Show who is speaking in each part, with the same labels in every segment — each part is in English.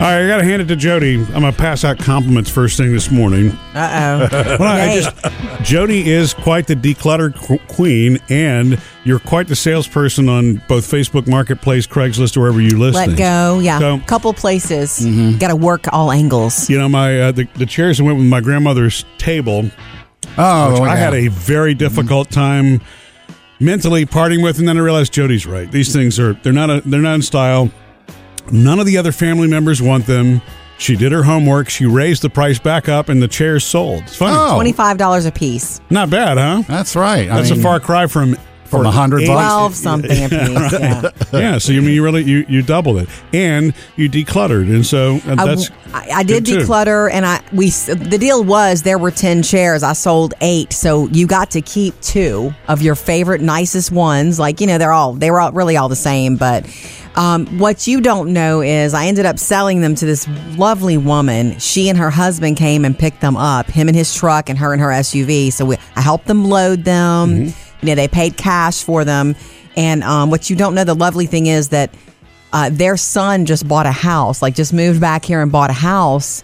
Speaker 1: All right, I got to hand it to Jody. I'm gonna pass out compliments first thing this morning.
Speaker 2: Uh oh.
Speaker 1: Well, I just Jody is quite the declutter qu- queen, and you're quite the salesperson on both Facebook Marketplace, Craigslist, or wherever you list.
Speaker 2: Let
Speaker 1: things.
Speaker 2: go. Yeah.
Speaker 1: So-
Speaker 2: Couple places.
Speaker 1: Mm-hmm.
Speaker 2: Got to work all angles.
Speaker 1: You know, my uh, the, the chairs that went with my grandmother's table.
Speaker 3: Oh,
Speaker 1: which I
Speaker 3: yeah.
Speaker 1: had a very difficult time mentally parting with, and then I realized Jody's right. These things are they're not a, they're not in style. None of the other family members want them. She did her homework. She raised the price back up, and the chairs sold. It's funny.
Speaker 3: Oh.
Speaker 2: $25 a piece.
Speaker 1: Not bad, huh?
Speaker 3: That's right. I
Speaker 1: That's
Speaker 3: mean,
Speaker 1: a far cry from
Speaker 3: From a hundred
Speaker 1: eight-
Speaker 3: bucks?
Speaker 2: 12 something a piece. Yeah.
Speaker 1: yeah, so you mean you really you you doubled it, and you decluttered, and so uh,
Speaker 2: I,
Speaker 1: that's
Speaker 2: I, I did
Speaker 1: good, too.
Speaker 2: declutter, and I we s- the deal was there were ten chairs. I sold eight, so you got to keep two of your favorite, nicest ones. Like you know, they're all they were all really all the same. But um, what you don't know is I ended up selling them to this lovely woman. She and her husband came and picked them up, him in his truck, and her in her SUV. So we, I helped them load them.
Speaker 1: Mm-hmm.
Speaker 2: You know, they paid cash for them. And um, what you don't know, the lovely thing is that uh, their son just bought a house, like just moved back here and bought a house,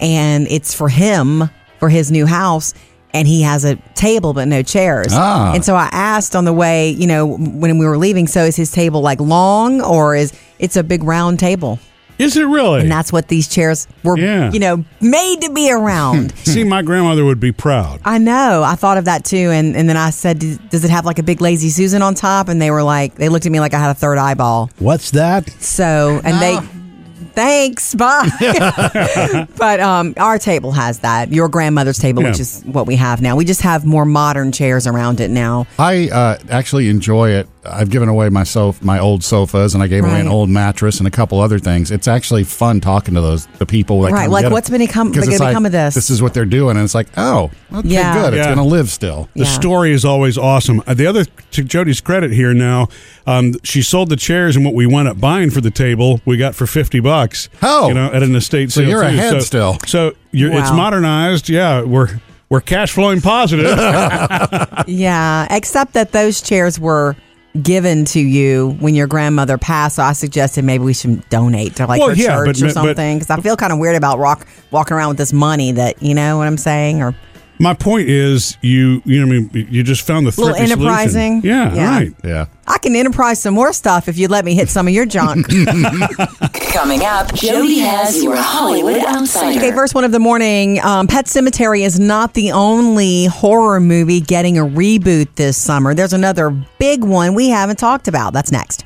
Speaker 2: and it's for him for his new house. And he has a table but no chairs.
Speaker 3: Ah.
Speaker 2: And so I asked on the way, you know, when we were leaving, so is his table like long or is it's a big round table?
Speaker 1: is it really?
Speaker 2: And that's what these chairs were,
Speaker 1: Yeah.
Speaker 2: you know, made to be around.
Speaker 1: See, my grandmother would be proud.
Speaker 2: I know. I thought of that too, and, and then I said, "Does- "Does it have like a big lazy Susan on top?" And they were like, they looked at me like I had a third eyeball.
Speaker 4: What's that?
Speaker 2: So, and
Speaker 1: Ah.
Speaker 2: they, thanks, bye. but um, our table has that. Your grandmother's table, which
Speaker 1: Yeah.
Speaker 2: is what we have now. We just have more modern chairs around it now.
Speaker 3: I uh, actually enjoy it. I've given away my sof- my old sofas, and I gave away an
Speaker 2: Right.
Speaker 3: old mattress and a couple other things. It's actually fun talking to those the people. That
Speaker 2: Right,
Speaker 3: come
Speaker 2: like,
Speaker 3: get it.
Speaker 2: what's been become-
Speaker 3: 'Cause
Speaker 2: gonna
Speaker 3: it's like,
Speaker 2: become of this?
Speaker 3: This is what they're doing, and it's like, oh, okay,
Speaker 2: Yeah.
Speaker 3: good. It's
Speaker 1: Yeah.
Speaker 3: going to live still.
Speaker 1: The
Speaker 2: Yeah.
Speaker 1: story is always awesome. Uh, The other, to Jody's credit here now, um, she sold the chairs and what we wound up buying for the table, we got for 50 bucks.
Speaker 3: Oh.
Speaker 1: You know, at an estate
Speaker 3: So
Speaker 1: sale.
Speaker 3: you're
Speaker 1: too.
Speaker 3: ahead
Speaker 1: so,
Speaker 3: still.
Speaker 1: So you're, it's
Speaker 2: Wow.
Speaker 1: modernized. Yeah, we're we're cash flowing positive.
Speaker 2: Yeah, except that those chairs were given to you when your grandmother passed. So I suggested maybe we should donate to like
Speaker 1: Well,
Speaker 2: her
Speaker 1: yeah,
Speaker 2: church
Speaker 1: but-
Speaker 2: or
Speaker 1: but-
Speaker 2: something because I feel kind of weird about rock, walking around with this money that you know what I'm saying or
Speaker 1: My point is, you you know, what I mean, you just found the
Speaker 2: Little
Speaker 1: thrifty solution.
Speaker 2: enterprising.
Speaker 1: Yeah,
Speaker 2: Yeah.
Speaker 1: right.
Speaker 3: Yeah.
Speaker 2: I can enterprise some more stuff if you'd let me hit some of your junk.
Speaker 5: Coming up, Jody has your Hollywood Outsider.
Speaker 2: Okay, first one of the morning. Um, Pet Cemetery is not the only horror movie getting a reboot this summer. There's another big one we haven't talked about. That's next.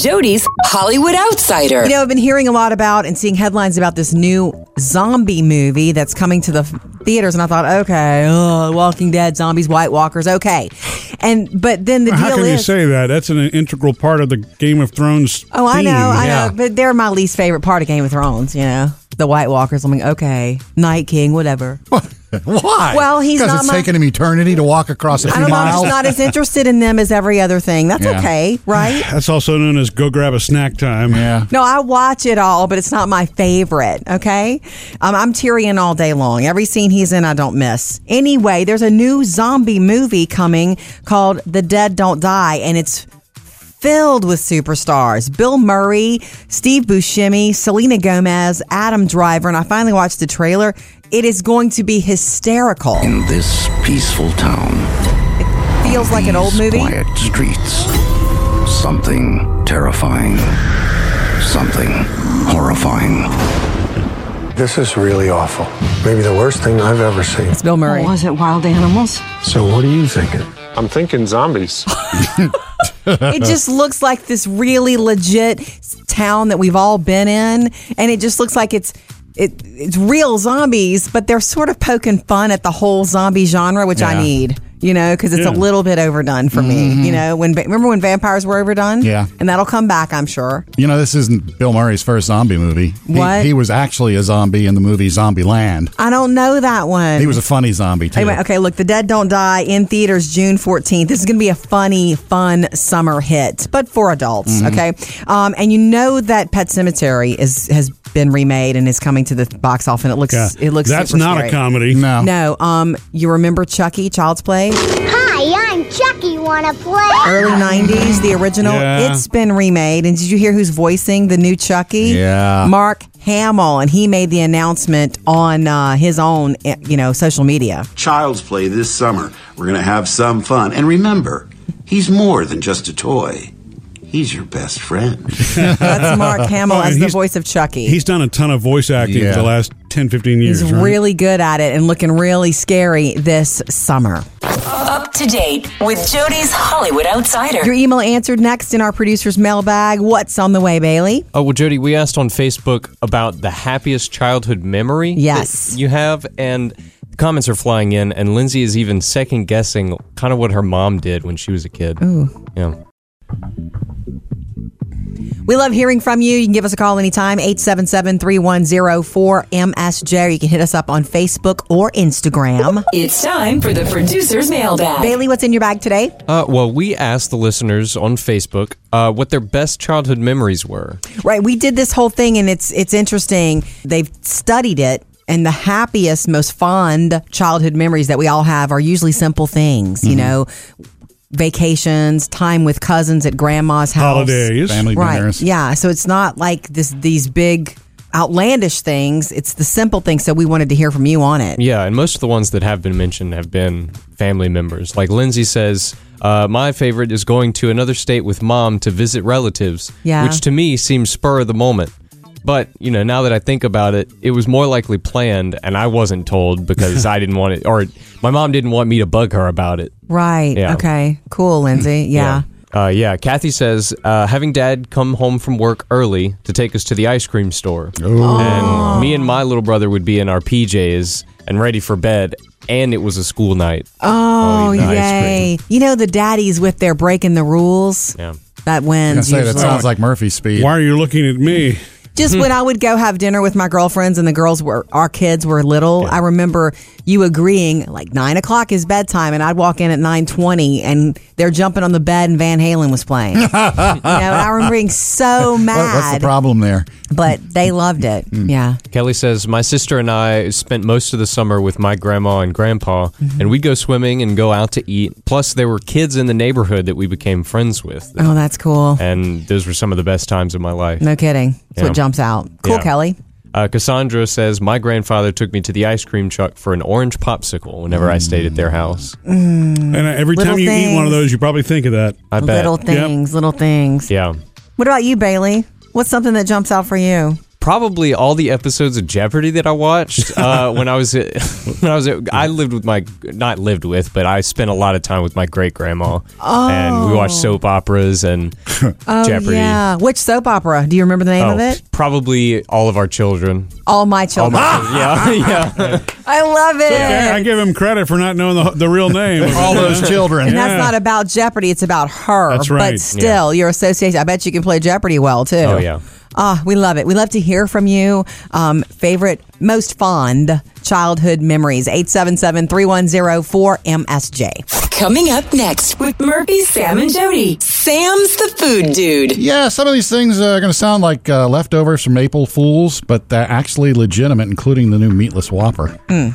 Speaker 5: Jody's Hollywood Outsider.
Speaker 2: You know, I've been hearing a lot about and seeing headlines about this new zombie movie that's coming to the theaters, and I thought, okay, ugh, Walking Dead, zombies, White Walkers, okay. And but then the
Speaker 1: How
Speaker 2: deal
Speaker 1: can you
Speaker 2: is,
Speaker 1: say that? That's an integral part of the Game of Thrones.
Speaker 2: oh, I know,
Speaker 1: theme.
Speaker 2: I
Speaker 3: yeah.
Speaker 2: know, but they're my least favorite part of Game of Thrones. You know, the White Walkers. I'm like, okay, Night King, whatever.
Speaker 3: Why?
Speaker 2: Well, he's
Speaker 3: because
Speaker 2: not
Speaker 3: it's
Speaker 2: my-
Speaker 3: taking him eternity to walk across a
Speaker 2: I
Speaker 3: few
Speaker 2: don't know. I'm
Speaker 3: miles.
Speaker 2: just not as interested in them as every other thing. That's
Speaker 3: Yeah.
Speaker 2: okay, right?
Speaker 1: That's also known as go grab a snack time.
Speaker 3: yeah.
Speaker 2: No, I watch it all, but it's not my favorite. Okay, um, I'm Tyrion all day long. Every scene he's in, I don't miss. Anyway, there's a new zombie movie coming called The Dead Don't Die, and it's filled with superstars: Bill Murray, Steve Buscemi, Selena Gomez, Adam Driver. And I finally watched the trailer. It is going to be hysterical.
Speaker 6: In this peaceful town,
Speaker 2: Feels like an old
Speaker 6: these
Speaker 2: movie.
Speaker 6: quiet streets, something terrifying, something horrifying.
Speaker 7: This is really awful. Maybe the worst thing I've ever seen.
Speaker 2: It's Bill Murray.
Speaker 8: Was it wild animals?
Speaker 7: So, what are you thinking?
Speaker 9: I'm thinking zombies.
Speaker 2: it
Speaker 3: Uh-huh.
Speaker 2: just looks like this really legit town that we've all been in and it just looks like it's it, it's real zombies but they're sort of poking fun at the whole zombie genre which i
Speaker 3: Yeah. Mm-hmm.
Speaker 2: need you know because it's
Speaker 1: Yeah.
Speaker 2: a little bit overdone for me you know when va- remember when vampires were overdone
Speaker 3: Yeah.
Speaker 2: and that'll come back i'm sure
Speaker 3: You know, this isn't Bill Murray's first zombie movie. He-
Speaker 2: What?
Speaker 3: He, was actually a zombie in the movie Zombie Land.
Speaker 2: i don't know that one
Speaker 3: He was a funny zombie, too.
Speaker 2: Anyway, okay, look, The Dead Don't Die in theaters June 14th. This is going to be a funny, fun summer hit, but for adults,
Speaker 1: Mm-hmm.
Speaker 2: okay? Um, and you know that Pet Cemetery is has been remade and is coming to the box office, and it looks,
Speaker 1: Yeah.
Speaker 2: it looks
Speaker 1: That's
Speaker 2: super
Speaker 1: not
Speaker 2: scary.
Speaker 1: a comedy.
Speaker 3: No.
Speaker 2: No, um, you remember Chucky, Child's Play?
Speaker 10: Hi, I'm Chucky.
Speaker 4: want to play.
Speaker 2: Early 90s, the original.
Speaker 1: Yeah.
Speaker 2: It's been remade. And did you hear who's voicing the new Chucky?
Speaker 3: Yeah.
Speaker 2: Mark Hamill. And he made the announcement on uh, his own, eh, you know, social media.
Speaker 8: Child's Play this summer. We're going to have some fun. And remember, he's more than just a toy, he's your best friend.
Speaker 2: That's Mark Hamill
Speaker 1: Oh, and
Speaker 2: as the
Speaker 1: he's-
Speaker 2: voice of Chucky.
Speaker 1: He's done a ton of voice acting
Speaker 3: Yeah.
Speaker 1: for the last 10, 15 years.
Speaker 2: He's
Speaker 1: right?
Speaker 2: really good at it and looking really scary this summer.
Speaker 5: Up to date with Jody's Hollywood
Speaker 2: Your
Speaker 5: Outsider.
Speaker 2: email answered next in our producer's mailbag. What's on the way, Bailey?
Speaker 9: Oh, well, Jody, we asked on Facebook about the happiest childhood memory
Speaker 2: Yes.
Speaker 9: that you have, and comments are flying in, and Lindsay is even second guessing kind of what her mom did when she was a kid. Ooh. Yeah.
Speaker 2: We love hearing from you. You can give us a call anytime, 877-3104-MSJ. Or you can hit us up on Facebook or Instagram.
Speaker 5: It's time for the producer's mailbag.
Speaker 2: Bailey, what's in your bag today?
Speaker 9: Uh, well, we asked the listeners on Facebook uh, what their best childhood memories were.
Speaker 2: Right, we did this whole thing and it's it's interesting. They've studied it and the happiest, most fond childhood memories that we all have are usually simple things, you know, vacations, time with cousins at grandma's house.
Speaker 1: Holidays.
Speaker 3: Family
Speaker 2: right
Speaker 3: dinners.
Speaker 2: yeah so it's not like this these big outlandish things it's the simple things so we wanted to hear from you on it
Speaker 9: Yeah, and most of the ones that have been mentioned have been family members. Like Lindsay says, uh, my favorite is going to another state with mom to visit relatives,
Speaker 2: Yeah.
Speaker 9: which to me seems spur of the moment. But, you know, now that I think about it, it was more likely planned and I wasn't told because I didn't want it, or my mom didn't want me to bug her about it.
Speaker 2: right
Speaker 9: Yeah.
Speaker 2: okay cool lindsay yeah,
Speaker 9: Uh, yeah, Kathy says uh, having dad come home from work early to take us to the ice cream store,
Speaker 2: Oh.
Speaker 9: and me and my little brother would be in our PJs and ready for bed, and it was a school night.
Speaker 2: oh
Speaker 9: Ice cream.
Speaker 2: yay you know the daddies with their breaking the rules
Speaker 9: Yeah.
Speaker 2: that
Speaker 3: I
Speaker 2: wins
Speaker 3: say that
Speaker 2: usually.
Speaker 3: sounds like Murphy speed.
Speaker 1: Why are you looking at me?
Speaker 2: just when I would go have dinner with my girlfriends and the girls were our kids were little, I remember you agreeing like nine o'clock is bedtime, and I'd walk in at nine twenty, and they're jumping on the bed, and Van Halen was playing. you know, and I remember being so
Speaker 3: What- what's the
Speaker 2: mad,
Speaker 3: problem there?
Speaker 2: but they loved it. Yeah,
Speaker 9: Kelly says, My sister and I spent most of the summer with my grandma and grandpa,
Speaker 2: Mm-hmm.
Speaker 9: and we'd go swimming and go out to eat. Plus, there were kids in the neighborhood that we became friends with.
Speaker 2: oh, that's cool.
Speaker 9: And those were some of the best times of my life.
Speaker 2: No kidding. That's
Speaker 9: Yeah.
Speaker 2: what jumps out. Cool,
Speaker 9: Yeah.
Speaker 2: Kelly.
Speaker 9: Uh, Cassandra says, My grandfather took me to the ice cream truck for an orange popsicle whenever I stayed at
Speaker 2: Mm.
Speaker 9: their house.
Speaker 1: And every
Speaker 2: Little
Speaker 1: time you eat one of
Speaker 2: things.
Speaker 1: those, you probably think of that.
Speaker 9: I bet.
Speaker 2: Little things, little things.
Speaker 9: Yeah.
Speaker 2: What about you, Bailey? What's something that jumps out for you?
Speaker 9: Probably all the episodes of Jeopardy that I watched uh, when I was at, when I was at, I lived with my not lived with but I spent a lot of time with my great grandma oh. and we watched soap operas and Jeopardy.
Speaker 2: Oh, Yeah. Which soap opera? Do you remember the name of
Speaker 9: Oh,
Speaker 2: it?
Speaker 9: probably all of our children.
Speaker 2: All My Children.
Speaker 9: yeah, yeah.
Speaker 2: I love it.
Speaker 1: Yeah, I give him credit for not knowing the, the real name.
Speaker 3: All those children.
Speaker 2: And
Speaker 1: Yeah.
Speaker 2: that's not about Jeopardy. It's about her.
Speaker 1: That's right.
Speaker 2: But still, your association. I bet you can play Jeopardy well too.
Speaker 9: Oh, yeah.
Speaker 2: Ah, we love it. We love to hear from you. Um, favorite, most fond childhood memories. 877-3104-MSJ.
Speaker 5: Coming up next with Murphy, Sam, and Jody. Sam's the food dude.
Speaker 3: Yeah, some of these things are going to sound like uh, leftovers from April Fools, but they're actually legitimate, including the new meatless Whopper.
Speaker 2: Mm.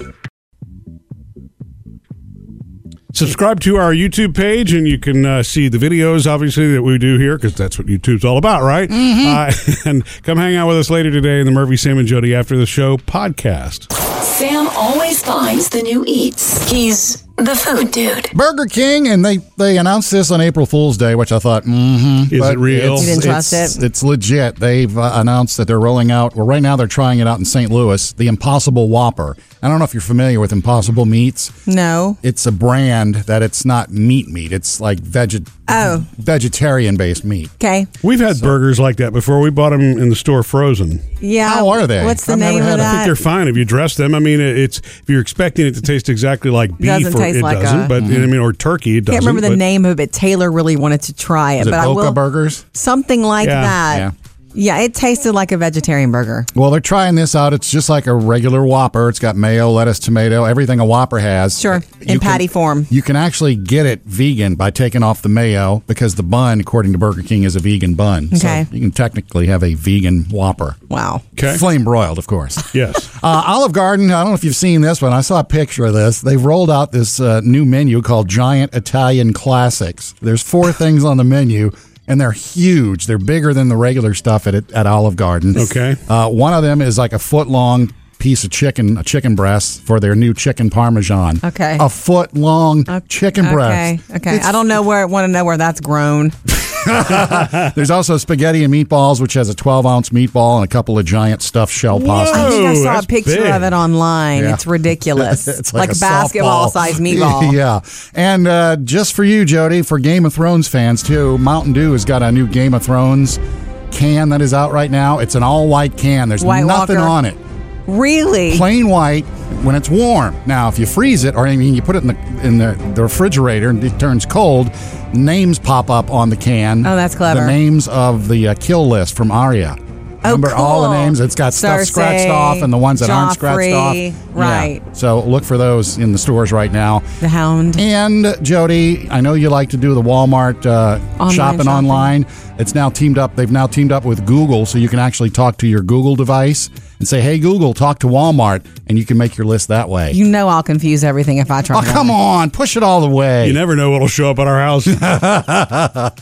Speaker 1: Subscribe to our YouTube page, and you can uh, see the videos, obviously, that we do here, because that's what YouTube's all about, right?
Speaker 2: Mm-hmm.
Speaker 1: Uh, and come hang out with us later today in the Murphy, Sam, and Jody After the Show podcast.
Speaker 5: Sam always finds the new eats. He's the food dude.
Speaker 3: Burger King, and they they announced this on April Fool's Day, which I thought, mm-hmm,
Speaker 1: Is it real? You
Speaker 2: didn't trust
Speaker 3: it's,
Speaker 2: it?
Speaker 3: It's legit. They've uh, announced that they're rolling out. Well, right now they're trying it out in St. Louis, the Impossible Whopper. I don't know if you're familiar with Impossible Meats.
Speaker 2: No.
Speaker 3: It's a brand that it's not meat meat. It's like veget-
Speaker 2: Oh.
Speaker 3: vegetarian based meat.
Speaker 2: Okay.
Speaker 1: We've had burgers like that before. We bought them in the store frozen.
Speaker 2: Yeah.
Speaker 3: How are they?
Speaker 2: What's the
Speaker 3: I've never
Speaker 2: name
Speaker 3: had
Speaker 2: of
Speaker 3: them.
Speaker 1: I think
Speaker 2: that?
Speaker 1: they're fine if you dress them. I mean, it- it's if you're expecting it to taste exactly like beef,
Speaker 2: Doesn't
Speaker 1: or
Speaker 2: taste
Speaker 1: it
Speaker 2: like
Speaker 1: doesn't.
Speaker 2: a-
Speaker 1: but I mean, or turkey, it doesn't.
Speaker 2: Can't remember the
Speaker 1: but
Speaker 2: name of it. Taylor really wanted to try it,
Speaker 3: Is it
Speaker 2: but I
Speaker 3: Boca
Speaker 2: will
Speaker 3: Burgers?
Speaker 2: something like
Speaker 1: Yeah.
Speaker 2: that.
Speaker 3: Yeah.
Speaker 2: Yeah, it tasted like a vegetarian burger.
Speaker 3: Well, they're trying this out. It's just like a regular Whopper. It's got mayo, lettuce, tomato, everything a Whopper has.
Speaker 2: Sure, in
Speaker 3: You can-
Speaker 2: patty form.
Speaker 3: You can actually get it vegan by taking off the mayo because the bun, according to Burger King, is a vegan bun.
Speaker 2: Okay.
Speaker 3: So you can technically have a vegan Whopper.
Speaker 2: Wow.
Speaker 1: Okay.
Speaker 3: Flame broiled, of course.
Speaker 1: Yes.
Speaker 3: Uh, Olive Garden, I don't know if you've seen this one. I saw a picture of this. They've rolled out this uh, new menu called Giant Italian Classics. There's four things on the menu, and they're huge. They're bigger than the regular stuff at, at Olive Garden.
Speaker 1: Okay.
Speaker 3: Uh, one of them is like a foot long piece of chicken, a chicken breast for their new chicken parmesan.
Speaker 2: Okay.
Speaker 3: A foot long chicken
Speaker 2: Okay.
Speaker 3: breast.
Speaker 2: Okay.
Speaker 3: It's
Speaker 2: I don't know where. Want to know where that's grown?
Speaker 3: There's also spaghetti and meatballs, which has a 12 ounce meatball and a couple of giant stuffed shell
Speaker 2: I
Speaker 3: pastas.
Speaker 2: think I
Speaker 1: Oh,
Speaker 2: saw a
Speaker 1: that's
Speaker 2: picture
Speaker 1: big.
Speaker 2: of it online.
Speaker 3: Yeah.
Speaker 2: It's ridiculous.
Speaker 3: It's like, a
Speaker 2: basketball
Speaker 3: softball.
Speaker 2: sized meatball.
Speaker 3: yeah. And uh, just for you, Jody, for Game of Thrones fans too, Mountain Dew has got a new Game of Thrones can that is out right now. It's an all white can. There's
Speaker 2: White
Speaker 3: nothing
Speaker 2: Walker.
Speaker 3: on it.
Speaker 2: Really?
Speaker 3: Plain white when it's warm. Now, if you freeze it, or I mean, you put it in the in the, the refrigerator and it turns cold, names pop up on the can.
Speaker 2: Oh, that's clever.
Speaker 3: The names of the uh, kill list from Arya.
Speaker 2: Oh,
Speaker 3: Remember all the
Speaker 2: cool.
Speaker 3: names? It's got stuff
Speaker 2: Cersei,
Speaker 3: scratched off and the ones that aren't scratched off.
Speaker 2: Joffrey,
Speaker 3: Yeah.
Speaker 2: right.
Speaker 3: So look for those in the stores right now.
Speaker 2: the hound.
Speaker 3: And Jody, I know you like to do the Walmart uh, shopping,
Speaker 2: Online shopping.
Speaker 3: online. It's now teamed up. They've now teamed up with Google, so you can actually talk to your Google device and say, "Hey Google, talk to Walmart," and you can make your list that way.
Speaker 2: You know I'll confuse everything if I try.
Speaker 3: oh,
Speaker 2: that.
Speaker 3: come on, push it all the way.
Speaker 1: You never know what'll show up at our house.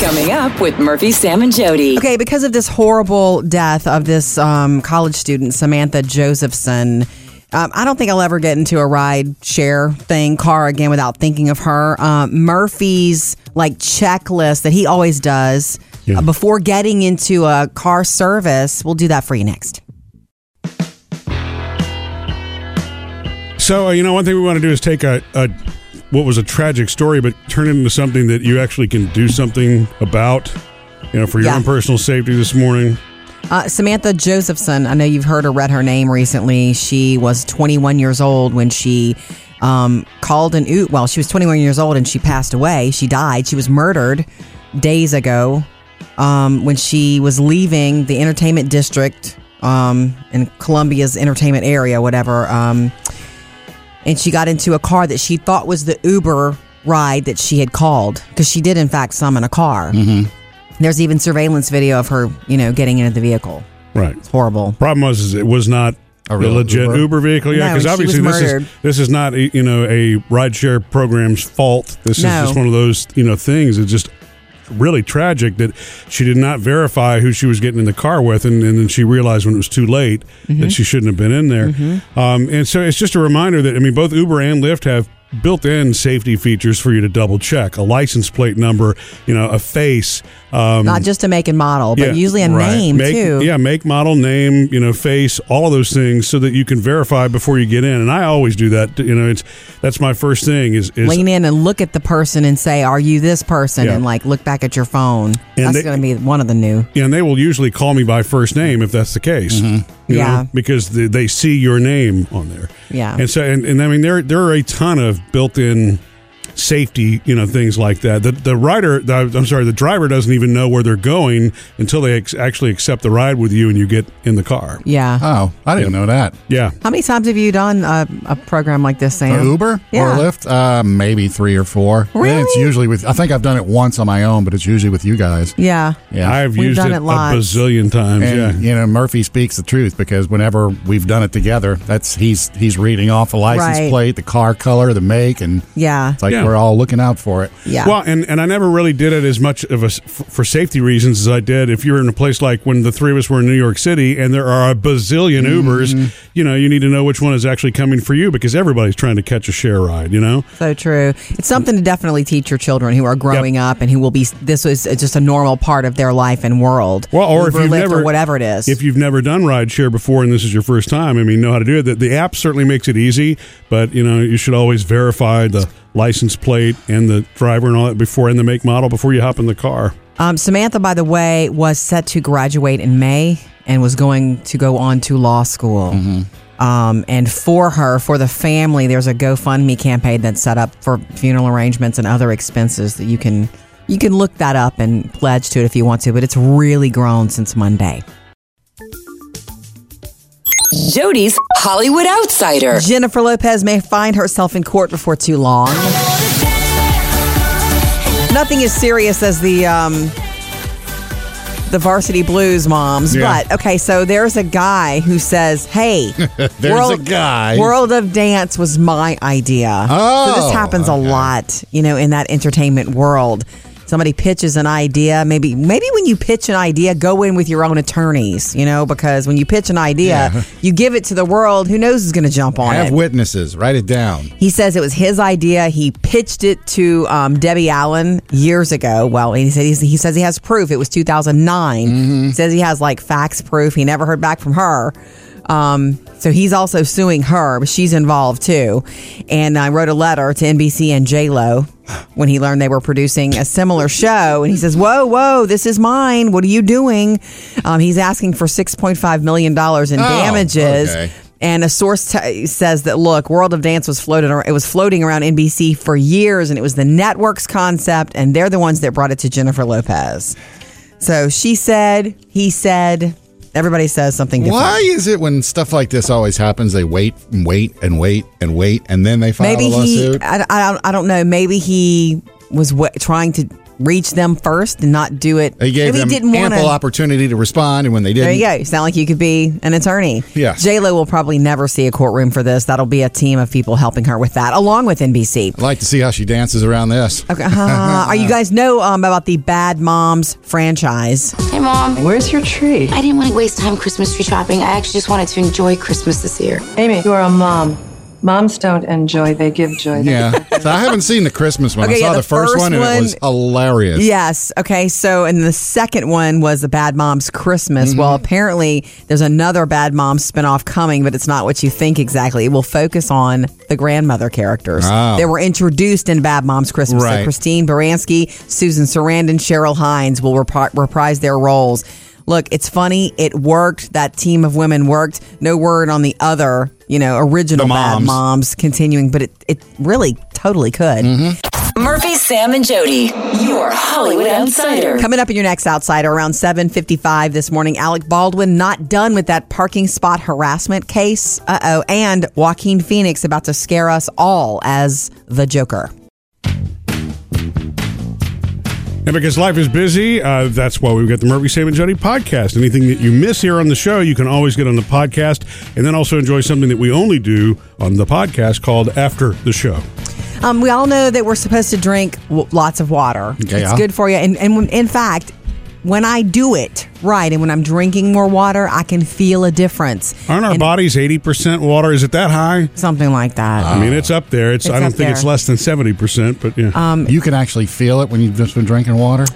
Speaker 5: Coming up with Murphy, Sam, and Jody.
Speaker 2: Okay, because of this horrible death of this um, college student, Samantha Josephson, um, I don't think I'll ever get into a ride share thing, car again without thinking of her. Um, Murphy's like checklist that he always does uh, before getting into a car service. We'll do that for you next.
Speaker 1: So uh, you know, one thing we want to do is take a, a what was a tragic story, but turn it into something that you actually can do something about. You know, for your
Speaker 2: Yeah.
Speaker 1: own personal safety this morning.
Speaker 2: Uh, Samantha Josephson, I know you've heard or read her name recently. She was 21 years old when she um, called an Uber. Well, she was 21 years old and she passed away. She died. She was murdered days ago um, when she was leaving the entertainment district um, in Columbia's entertainment area, whatever. Um, and she got into a car that she thought was the Uber ride that she had called because she did, in fact, summon a car. There's even surveillance video of her, you know, getting into the vehicle.
Speaker 1: Right.
Speaker 2: It's horrible.
Speaker 1: Problem was, is it was not a
Speaker 3: real
Speaker 1: legit
Speaker 3: Uber?
Speaker 1: Uber, vehicle. Yeah,
Speaker 2: No,
Speaker 1: because
Speaker 2: she was
Speaker 1: obviously this
Speaker 2: murdered.
Speaker 1: is this is not you know a rideshare program's fault. This
Speaker 2: No.
Speaker 1: is just one of those you know things. It's just really tragic that she did not verify who she was getting in the car with, and, and then she realized when it was too late
Speaker 2: Mm-hmm.
Speaker 1: that she shouldn't have been in there. Um, and so it's just a reminder that I mean, both Uber and Lyft have built-in safety features for you to double check a license plate number you know a face um,
Speaker 2: Not just a make and model, but usually a
Speaker 1: right.
Speaker 2: name
Speaker 1: Make-
Speaker 2: too.
Speaker 1: Yeah, make, model, name, you know, face, all of those things, so that you can verify before you get in. And I always do that. You know, it's that's my first thing is is
Speaker 2: Lean in and look at the person and say, "Are you this person?"
Speaker 1: Yeah.
Speaker 2: And like look back at your phone.
Speaker 1: And
Speaker 2: That's
Speaker 1: they-
Speaker 2: going to be one of the new.
Speaker 1: and they will usually call me by first name if that's the case. You
Speaker 2: Mm-hmm. Yeah.
Speaker 1: know, because they, they see your name on there.
Speaker 2: Yeah.
Speaker 1: and so and, and I mean there there are a ton of built-in safety you know things like that the the rider the, i'm sorry the driver doesn't even know where they're going until they ex- actually accept the ride with you and you get in the car
Speaker 2: Yeah.
Speaker 3: Oh, I didn't know that.
Speaker 1: yeah
Speaker 2: How many times have you done a, a program like this, Sam?
Speaker 3: Uh, Uber
Speaker 2: Yeah.
Speaker 3: or Lyft? Uh, maybe three or four. And
Speaker 2: Really?
Speaker 3: it's usually with. I think I've done it once on my own, but it's usually with you guys.
Speaker 2: Yeah.
Speaker 3: Yeah.
Speaker 1: I've
Speaker 2: We've
Speaker 1: used
Speaker 2: done
Speaker 1: it,
Speaker 2: it
Speaker 1: a
Speaker 2: lots.
Speaker 1: bazillion times.
Speaker 3: And
Speaker 1: yeah.
Speaker 3: you know, Murphy speaks the truth because whenever we've done it together, that's he's he's reading off a license
Speaker 2: Right.
Speaker 3: plate, the car color, the make, and
Speaker 2: Yeah.
Speaker 3: it's like
Speaker 1: Yeah.
Speaker 3: we're all looking out for it.
Speaker 2: Yeah.
Speaker 1: Well, and, and I never really did it as much of a s- f- for safety reasons as I did. If you're in a place like when the three of us were in New York City and there are a bazillion Ubers, you know, you need to know which one is actually coming for you because everybody's trying to catch a share ride. You know,
Speaker 2: so true. It's something to definitely teach your children who are growing up and who will be. This is just a normal part of their life and world.
Speaker 1: Well, or
Speaker 2: Uber,
Speaker 1: if you've
Speaker 2: Lyft,
Speaker 1: never
Speaker 2: or whatever it is.
Speaker 1: If you've never done rideshare before and this is your first time, I mean, know how to do it. The, the app certainly makes it easy, but you know, you should always verify the license plate and the driver and all that before and the make model before you hop in the car.
Speaker 2: Um, Samantha, by the way, was set to graduate in May and was going to go on to law school. Um, and for her, for the family, there's a GoFundMe campaign that's set up for funeral arrangements and other expenses that you can You can look that up and pledge to it if you want to, but it's really grown since Monday.
Speaker 5: Jody's Hollywood Outsider.
Speaker 2: Jennifer Lopez may find herself in court before too long. Nothing as serious as the um, the Varsity Blues moms,
Speaker 3: Yeah.
Speaker 2: but okay. So there's a guy who says, "Hey,
Speaker 3: There's a guy.
Speaker 2: World of Dance was my idea." so
Speaker 3: Oh,
Speaker 2: this happens
Speaker 3: okay.
Speaker 2: a lot, you know, in that entertainment world. Somebody pitches an idea. Maybe maybe when you pitch an idea, go in with your own attorneys, you know, because when you pitch an idea,
Speaker 3: Yeah.
Speaker 2: you give it to the world. Who knows who's going to jump on
Speaker 3: Have
Speaker 2: it?
Speaker 3: witnesses. Write it down.
Speaker 2: He says it was his idea. He pitched it to um, Debbie Allen years ago. Well, he said he says he has proof. It was 2009.
Speaker 3: Mm-hmm.
Speaker 2: He says he has like fax proof. He never heard back from her. Um, so he's also suing her, but she's involved too. And I wrote a letter to NBC and J Lo when he learned they were producing a similar show. And he says, "Whoa, whoa, this is mine. What are you doing?" Um, he's asking for 6.5 million dollars in
Speaker 3: Oh,
Speaker 2: damages.
Speaker 3: okay.
Speaker 2: And a source t- says that look, World of Dance was floated. Ar- it was floating around NBC for years, and it was the network's concept, and they're the ones that brought it to Jennifer Lopez. So she said, he said, everybody says something different.
Speaker 3: Why is it when stuff like this always happens, they wait and wait and wait and wait, and then they file
Speaker 2: Maybe
Speaker 3: a
Speaker 2: he. uh,
Speaker 3: lawsuit?
Speaker 2: I, I, don't- I don't know. Maybe he was wa trying to reach them first and not do it.
Speaker 3: They gave
Speaker 2: maybe
Speaker 3: them
Speaker 2: he didn't wanna-
Speaker 3: ample opportunity to respond, and when they
Speaker 2: There
Speaker 3: didn't,
Speaker 2: you go. You sound like you could be an attorney.
Speaker 3: Yes.
Speaker 2: J Lo will probably never see a courtroom for this. That'll be a team of people helping her with that, along with NBC.
Speaker 3: I'd like to see how she dances around this.
Speaker 2: Okay. Uh, are you guys know um, about the Bad Moms franchise?
Speaker 4: Hey, Mom.
Speaker 10: Where's your tree?
Speaker 4: I didn't want to waste time Christmas tree shopping. I actually just wanted to enjoy Christmas this year.
Speaker 10: Amy, you are a mom. Moms don't enjoy, they give joy.
Speaker 3: Yeah, so I haven't seen the Christmas one.
Speaker 2: Okay,
Speaker 3: I saw
Speaker 2: yeah,
Speaker 3: the,
Speaker 2: the
Speaker 3: first,
Speaker 2: first
Speaker 3: one, and it
Speaker 2: one-
Speaker 3: was hilarious.
Speaker 2: Yes. Okay. So, and the second one was the Bad Moms Christmas. Well,
Speaker 3: Mm-hmm.
Speaker 2: apparently there's another Bad Moms spinoff coming, but it's not what you think exactly. It will focus on the grandmother characters
Speaker 3: Oh.
Speaker 2: that were introduced in Bad Moms Christmas.
Speaker 3: Right.
Speaker 2: So Christine Baranski, Susan Sarandon, Cheryl Hines will repri- reprise their roles. Look, it's funny. It worked. That team of women worked. No word on the other, you know, original
Speaker 3: The
Speaker 2: Bad
Speaker 3: moms.
Speaker 2: Moms continuing, but it, it really totally could.
Speaker 3: Mm-hmm.
Speaker 5: Murphy, Sam, and Jody. Your Hollywood Outsider.
Speaker 2: Coming up in your next outsider around 7:55 this morning, Alec Baldwin not done with that parking spot harassment case. Uh-oh, and Joaquin Phoenix about to scare us all as the Joker.
Speaker 1: And because life is busy, uh, that's why we've got the Murphy, Sam, and Jody podcast. Anything that you miss here on the show, you can always get on the podcast. And then also enjoy something that we only do on the podcast called After the Show.
Speaker 2: Um, we all know that we're supposed to drink w- lots of water.
Speaker 3: Yeah.
Speaker 2: It's good for you. And, and when, in fact, when I do it right and when I'm drinking more water, I can feel a difference.
Speaker 1: Aren't our
Speaker 2: And
Speaker 1: bodies 80% water? Is it that high?
Speaker 2: something like that?
Speaker 1: I mean, it's up there. It's,
Speaker 2: Ah. It's
Speaker 1: I don't
Speaker 2: up
Speaker 1: think it's
Speaker 2: there. Um,
Speaker 1: less than 70%, but yeah.
Speaker 3: You can actually feel it when you've just been drinking water.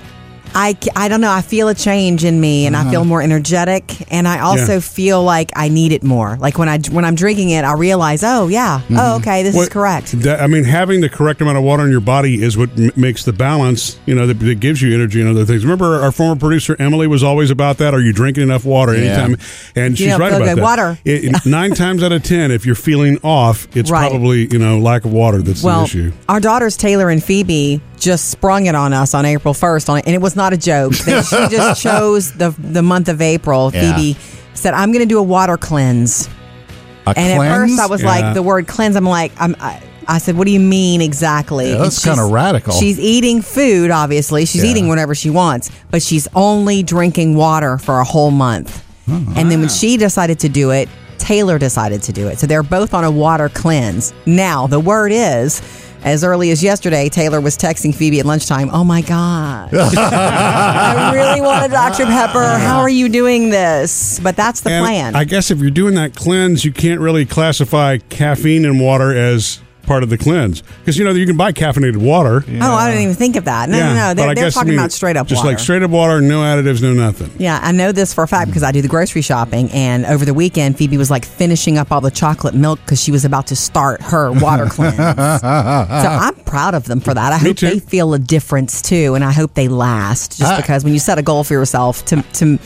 Speaker 2: I, c- I don't know. I feel a change in me, and I feel more energetic, and I also
Speaker 1: Mm-hmm. Yeah.
Speaker 2: feel like I need it more. Like when I when I'm drinking it, I realize, oh yeah, oh okay, this is
Speaker 1: Mm-hmm. What-
Speaker 2: correct.
Speaker 1: That, I mean, having the correct amount of water in your body is what m- makes the balance, you know, that, that gives you energy and other things. Remember, our former producer, Emily, was always about that. Are you drinking enough water
Speaker 3: Yeah.
Speaker 1: anytime? And she's
Speaker 2: know,
Speaker 1: right
Speaker 2: feel
Speaker 1: about
Speaker 2: good.
Speaker 1: that.
Speaker 2: Water.
Speaker 1: It- it- nine times out of 10, if you're feeling off, it's
Speaker 2: Right.
Speaker 1: probably, you know, lack of water that's the
Speaker 2: Well,
Speaker 1: issue.
Speaker 2: our daughters Taylor and Phoebe just sprung it on us on April first, on and it was not a joke. They- she just chose the the month of April.
Speaker 3: Yeah.
Speaker 2: Phoebe said, "I'm going to do a water cleanse,"
Speaker 3: A
Speaker 2: and at
Speaker 3: cleanse?
Speaker 2: first I was
Speaker 1: Yeah.
Speaker 2: like, the word cleanse. I'm like, I'm. I, I said, "What do you mean exactly?"
Speaker 3: Yeah,
Speaker 2: And
Speaker 3: that's kinda
Speaker 2: she's-
Speaker 3: radical.
Speaker 2: She's eating food, obviously. She's
Speaker 3: Yeah.
Speaker 2: eating whatever she wants, but she's only drinking water for a whole month.
Speaker 3: Oh,
Speaker 2: and then when she decided to do it, Taylor decided to do it. So they're both on a water cleanse. Now, the word is, as early as yesterday, Taylor was texting Phoebe at lunchtime, Oh my God. I really want a Dr. Pepper. How are you doing this? But that's the
Speaker 1: And
Speaker 2: plan.
Speaker 1: I guess if you're doing that cleanse, you can't really classify caffeine and water as part of the cleanse because you know you can buy caffeinated water.
Speaker 2: Oh, I didn't even think of that. No,
Speaker 1: Yeah,
Speaker 2: no, no.
Speaker 1: but I
Speaker 2: They're, they're
Speaker 1: guess, I
Speaker 2: talking
Speaker 1: mean,
Speaker 2: about straight up
Speaker 1: just
Speaker 2: water.
Speaker 1: like straight up water, no additives, no nothing.
Speaker 2: Yeah, I know this for a fact because I do the grocery shopping. And over the weekend, Phoebe was like finishing up all the chocolate milk because she was about to start her water cleanse. so I'm proud of them for that. I hope
Speaker 1: too.
Speaker 2: they feel a difference too, and I hope they last. Just
Speaker 3: Ah.
Speaker 2: because when you set a goal for yourself to to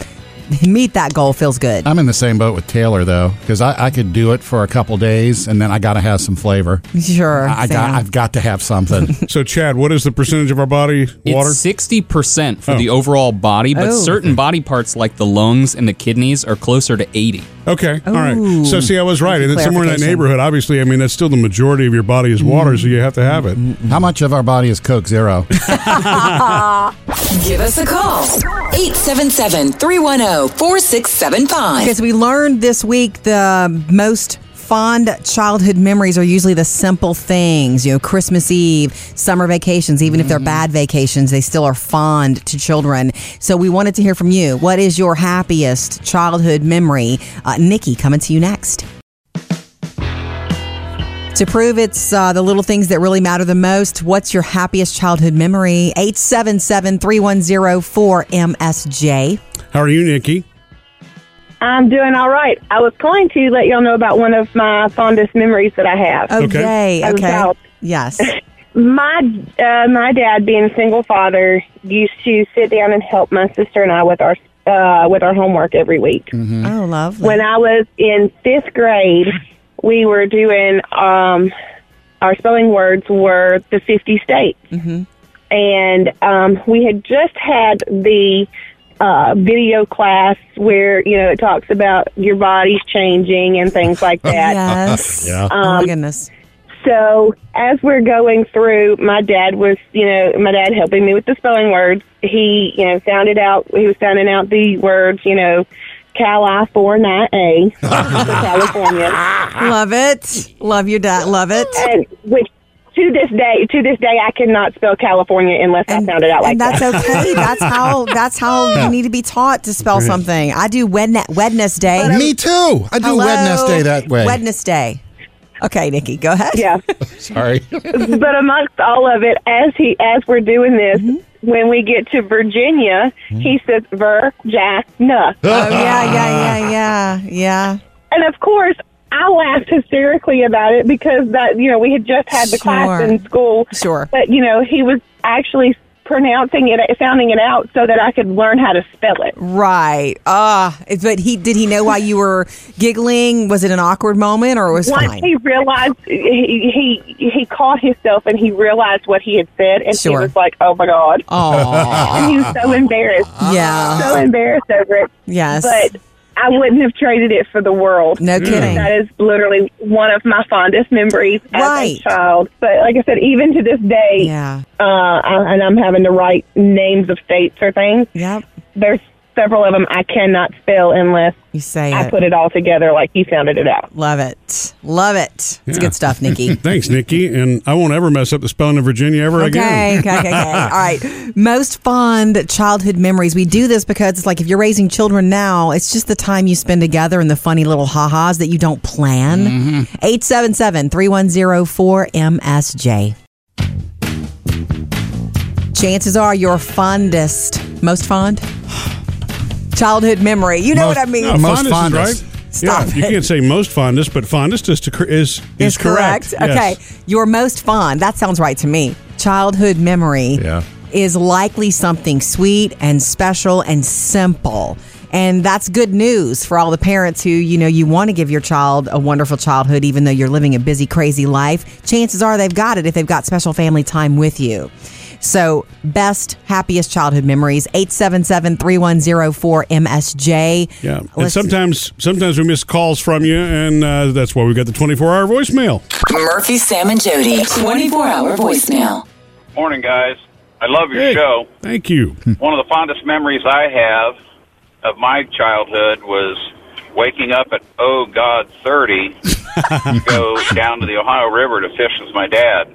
Speaker 2: meet that goal feels good.
Speaker 3: I'm in the same boat with Taylor though, because I, I could do it for a couple days, and then I got to have some flavor.
Speaker 2: Sure,
Speaker 3: I, I got
Speaker 2: Sam.
Speaker 3: I've got to have something.
Speaker 1: So, Chad, what is the percentage of our body water?
Speaker 11: It's 60% for
Speaker 1: Oh.
Speaker 11: the overall body, but
Speaker 1: Oh.
Speaker 11: certain body parts like the lungs and the kidneys are closer to 80.
Speaker 1: Okay. All right. So,
Speaker 11: Ooh.
Speaker 1: see, I was right.
Speaker 11: Good
Speaker 1: And then somewhere in that
Speaker 11: clarification.
Speaker 1: neighborhood, obviously, I mean, that's still the majority of your body is water, so you have to have it.
Speaker 2: Mm-hmm.
Speaker 3: How much of our body is Coke Zero?
Speaker 5: Give us a call. 877-310-4675.
Speaker 2: Because we learned this week the most fond childhood memories are usually the simple things. You know, Christmas Eve, summer vacations, even if they're bad vacations, they still are fond to children. So we wanted to hear from you. What is your happiest childhood memory? Uh, Nikki, coming to you next. To prove it's uh, the little things that really matter the most, what's your happiest childhood memory? 877 310 4MSJ.
Speaker 1: How are you, Nikki?
Speaker 12: I'm doing all right. I was calling to let y'all know about one of my fondest memories that I have.
Speaker 2: Oh. Okay.
Speaker 12: As a
Speaker 2: Okay.
Speaker 12: child.
Speaker 2: Yes.
Speaker 12: My uh, my dad, being a single father, used to sit down and help my sister and I with our uh, with our homework every week.
Speaker 3: Mm-hmm.
Speaker 2: Oh, lovely.
Speaker 12: When I was in fifth grade, we were doing um, our spelling words were the fifty states, and um, we had just had the uh, video class where you know it talks about your body's changing and things like that.
Speaker 2: Yes.
Speaker 12: Um,
Speaker 2: oh my goodness.
Speaker 12: so as we're going through, my dad was, you know, my dad helping me with the spelling words. He, you know, sounded out. He was sounding out the words, you know, Cali four nine A, California.
Speaker 2: Love it. Love your dad. Love it.
Speaker 12: And which to this day, to this day, I cannot spell California unless I found it out like
Speaker 2: And that's
Speaker 12: that.
Speaker 2: okay. That's how that's how you need to be taught to spell
Speaker 3: Right.
Speaker 2: something. I do Wedne- Wednesday.
Speaker 3: Me too. I do
Speaker 2: Hello?
Speaker 3: Wednesday that way.
Speaker 2: Wednesday. Okay, Nikki, go ahead.
Speaker 12: Yeah.
Speaker 3: Sorry.
Speaker 12: but amongst all of it, as he as we're doing this,
Speaker 2: Mm-hmm.
Speaker 12: when we get to Virginia, he says Virginia.
Speaker 2: Oh yeah,
Speaker 3: Ah.
Speaker 2: yeah, yeah, yeah, yeah.
Speaker 12: And of course, I laughed hysterically about it because that you know we had just had the class
Speaker 2: Sure.
Speaker 12: in school.
Speaker 2: Sure.
Speaker 12: But you know he was actually pronouncing it, sounding it out, so that I could learn how to spell it.
Speaker 2: Right. Ah, it's but he did he know why you were giggling? Was it an awkward moment or it was
Speaker 12: Once
Speaker 2: fine?
Speaker 12: he realized he, he he caught himself and he realized what he had said, and
Speaker 2: Sure.
Speaker 12: he was like, "Oh my god!"
Speaker 2: Aw.
Speaker 12: and he was so embarrassed.
Speaker 2: Yeah.
Speaker 12: so embarrassed over it.
Speaker 2: Yes.
Speaker 12: but. I wouldn't have traded it for the world.
Speaker 2: No kidding.
Speaker 12: That is literally one of my fondest memories
Speaker 2: Right.
Speaker 12: as a child. But like I said, even to this day,
Speaker 2: Yeah.
Speaker 12: uh, I, and I'm having to write names of states or things.
Speaker 2: Yep.
Speaker 12: There's several of them I cannot spell unless
Speaker 2: You say
Speaker 12: I
Speaker 2: it.
Speaker 12: put it all together like you sounded it out.
Speaker 2: Love it. Love it. It's
Speaker 1: Yeah.
Speaker 2: good stuff, Nikki.
Speaker 1: Thanks, Nikki. And I won't ever mess up the spelling of Virginia ever
Speaker 2: Okay,
Speaker 1: again.
Speaker 2: okay, okay, okay. All right. Most fond childhood memories. We do this because it's like if you're raising children now, it's just the time you spend together and the funny little ha-has that you don't plan.
Speaker 1: Mm-hmm.
Speaker 2: 877-3104-MSJ. Chances are your fondest, most fond childhood memory. You know
Speaker 1: Most-
Speaker 2: what I mean.
Speaker 1: no, fondest is right.
Speaker 2: Stop
Speaker 1: yeah, you
Speaker 2: it.
Speaker 1: can't say most fondest, but fondest is to, cor- is, is,
Speaker 2: is correct. Okay.
Speaker 1: Yes.
Speaker 2: Your most fond, that sounds right to me. Childhood memory
Speaker 1: Yeah.
Speaker 2: is likely something sweet and special and simple. And that's good news for all the parents who, you know, you want to give your child a wonderful childhood, even though you're living a busy, crazy life. Chances are they've got it if they've got special family time with you. So, best, happiest childhood memories, 877 3104 MSJ.
Speaker 1: Yeah. And sometimes sometimes we miss calls from you, and uh, that's why we got the 24 hour voicemail.
Speaker 5: Murphy, Sam, and Jody. 24-hour voicemail.
Speaker 13: Morning, guys. I love your
Speaker 1: Hey.
Speaker 13: show.
Speaker 1: Thank you.
Speaker 13: One of the fondest memories I have of my childhood was waking up at oh god 30 to go down to the Ohio River to fish with my dad.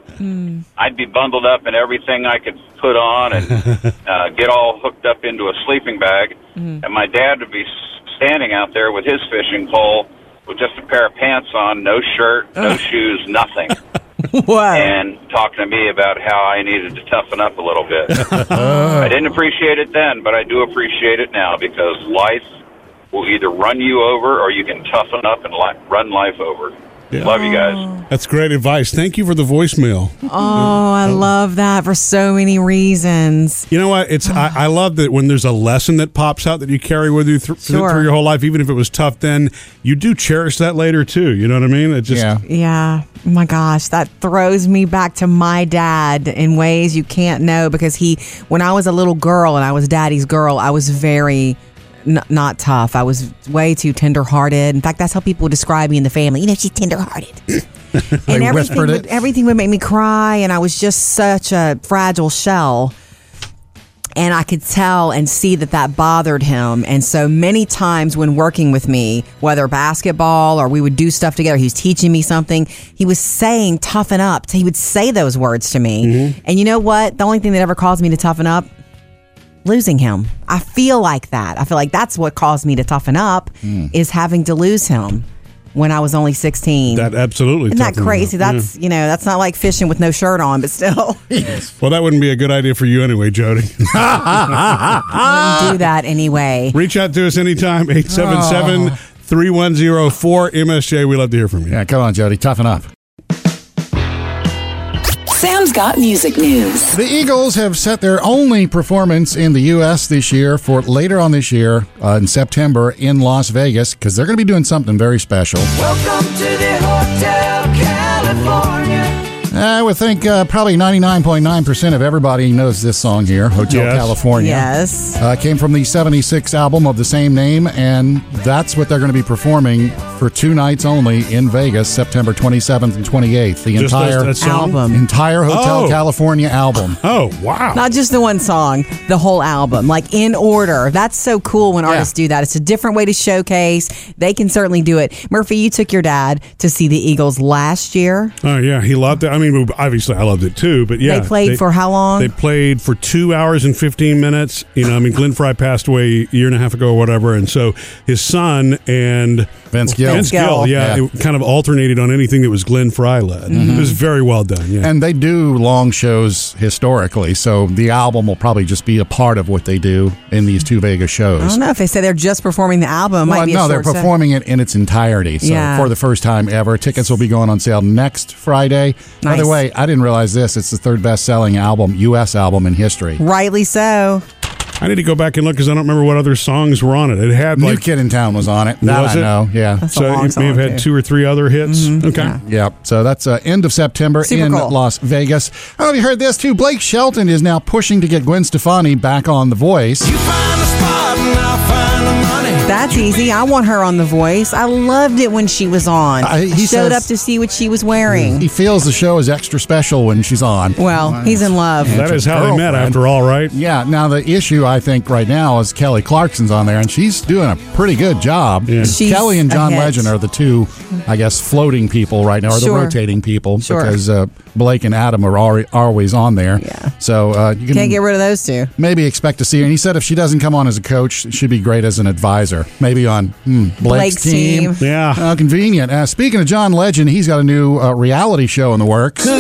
Speaker 13: I'd be bundled up in everything I could put on and uh, get all hooked up into a sleeping bag, and my dad would be s- standing out there with his fishing pole with just a pair of pants on, no shirt, no shoes, nothing. And talking to me about how I needed to toughen up a little bit. I didn't appreciate it then, but I do appreciate it now because life will either run you over or you can toughen up and li- run life over. Love you guys.
Speaker 1: That's great advice. Thank you for the voicemail.
Speaker 2: Oh, I love that for so many reasons.
Speaker 1: You know what? It's I, I love that when there's a lesson that pops out that you carry with you thr- through,
Speaker 2: Sure.
Speaker 1: through your whole life, even if it was tough then, you do cherish that later too. You know what I mean? It just
Speaker 2: Yeah. Oh my gosh, that throws me back to my dad in ways you can't know because he, when I was a little girl and I was daddy's girl, I was very n- not tough. I was way too tenderhearted. In fact, that's how people describe me in the family. You know, she's tenderhearted. and
Speaker 3: They
Speaker 2: everything
Speaker 3: whispered
Speaker 2: would,
Speaker 3: it.
Speaker 2: everything would make me cry, and I was just such a fragile shell. And I could tell and see that that bothered him. And so many times when working with me, whether basketball or we would do stuff together, he was teaching me something. He was saying, toughen up. He would say those words to me.
Speaker 3: Mm-hmm.
Speaker 2: And you know what? The only thing that ever caused me to toughen up losing him. I feel like that. I feel like that's what caused me to toughen up
Speaker 3: Hmm.
Speaker 1: Mm.
Speaker 2: is having to lose him when I was only 16.
Speaker 1: that absolutely
Speaker 2: Isn't that
Speaker 1: toughened me up.
Speaker 2: crazy? That's,
Speaker 3: Hmm.
Speaker 2: you know, that's not like fishing with no shirt on, but still.
Speaker 1: Yeah. well, that wouldn't be a good idea for you anyway, Jody.
Speaker 2: Wouldn't do that anyway.
Speaker 1: Reach out to us anytime, 877 3104 MSJ. We love to hear from you.
Speaker 3: Oh. Yeah, come on, Jody. Toughen up.
Speaker 5: Sam's got music news.
Speaker 3: The Eagles have set their only performance in the U.S. this year for later on this year uh, in September in Las Vegas because they're going to be doing something very special.
Speaker 5: Welcome to the Hotel California.
Speaker 3: I would think uh, probably 99.9% of everybody knows this song here, Hotel
Speaker 1: Yes.
Speaker 3: California.
Speaker 2: Yes.
Speaker 3: Uh, came from the 76 album of the same name, and that's what they're going to be performing for two nights only in Vegas, September 27th and 28th. The
Speaker 1: Just
Speaker 3: entire
Speaker 1: that song?
Speaker 2: Album.
Speaker 3: entire Hotel
Speaker 1: Oh.
Speaker 3: California album.
Speaker 1: Oh, wow.
Speaker 2: Not just the one song, the whole album, like in order. That's so cool when artists do that. It's a different way to showcase. They can certainly do it. Murphy, you took your dad to see the Eagles last year.
Speaker 1: Oh yeah, he loved it. I mean, obviously, I loved it too. But yeah,
Speaker 2: They played for how long?
Speaker 1: They played for two hours and fifteen minutes. You know, I mean, Glenn Fry passed away a year and a half ago or whatever, and so his son and
Speaker 3: Vince Gill.
Speaker 1: Vince Gill, yeah,
Speaker 3: Yeah.
Speaker 1: It kind of alternated on anything that was Glenn Fry led.
Speaker 2: Mm-hmm.
Speaker 1: It was very well done. Yeah,
Speaker 3: And they do long shows historically, so the album will probably just be a part of what they do in these two Vegas shows.
Speaker 2: I don't know if they say they're just performing the album. Oh, Might
Speaker 3: Well,
Speaker 2: be a
Speaker 3: no, they're
Speaker 2: short set.
Speaker 3: performing it in its entirety. So
Speaker 2: Yeah.
Speaker 3: for the first time ever, tickets will be going on sale next Friday. By the
Speaker 2: Nice.
Speaker 3: way, I didn't realize this. It's the third best-selling album, U.S. album in history.
Speaker 2: Rightly so.
Speaker 1: I need to go back and look because I don't remember what other songs were on it. It had
Speaker 3: New
Speaker 1: like
Speaker 3: Kid in Town was on it. That
Speaker 1: Was
Speaker 3: I
Speaker 1: it?
Speaker 3: know. Yeah.
Speaker 2: That's a
Speaker 1: so
Speaker 2: long
Speaker 1: it may
Speaker 2: song,
Speaker 1: have had
Speaker 2: too. Mm-hmm.
Speaker 1: two or three other hits. Okay,
Speaker 3: Yep. So that's uh, end of September
Speaker 2: Super
Speaker 3: in
Speaker 2: cool.
Speaker 3: Las Vegas. Oh, you heard this too. Blake Shelton is now pushing to get Gwen Stefani back on The Voice.
Speaker 2: That's easy. I want her on The Voice. I loved it when she was on.
Speaker 3: I- he
Speaker 2: I showed
Speaker 3: says-
Speaker 2: up to see what she was wearing.
Speaker 3: He feels the show is extra special when she's on.
Speaker 2: Well, he's in love.
Speaker 1: that is how they met.
Speaker 3: Girlfriend.
Speaker 1: After all, right?
Speaker 3: Yeah. Now the issue I think right now is Kelly Clarkson's on there, and she's doing a pretty good job.
Speaker 1: Yeah.
Speaker 2: She's
Speaker 3: Kelly and
Speaker 2: a
Speaker 3: John
Speaker 2: hit.
Speaker 3: Legend are the two, I guess, floating people right now, or
Speaker 2: Sure.
Speaker 3: the rotating people,
Speaker 2: Sure.
Speaker 3: because uh, Blake and Adam are already, always on there.
Speaker 2: Yeah.
Speaker 3: So uh, you can
Speaker 2: Can't get rid of those two.
Speaker 3: maybe expect to see her. And he said if she doesn't come on as a coach, she'd be great as an advisor, maybe on hmm, Blake's,
Speaker 2: Blake's
Speaker 3: team.
Speaker 2: team.
Speaker 1: Yeah.
Speaker 3: How convenient. Uh, speaking of John Legend, he's got a new uh, reality show in the works. This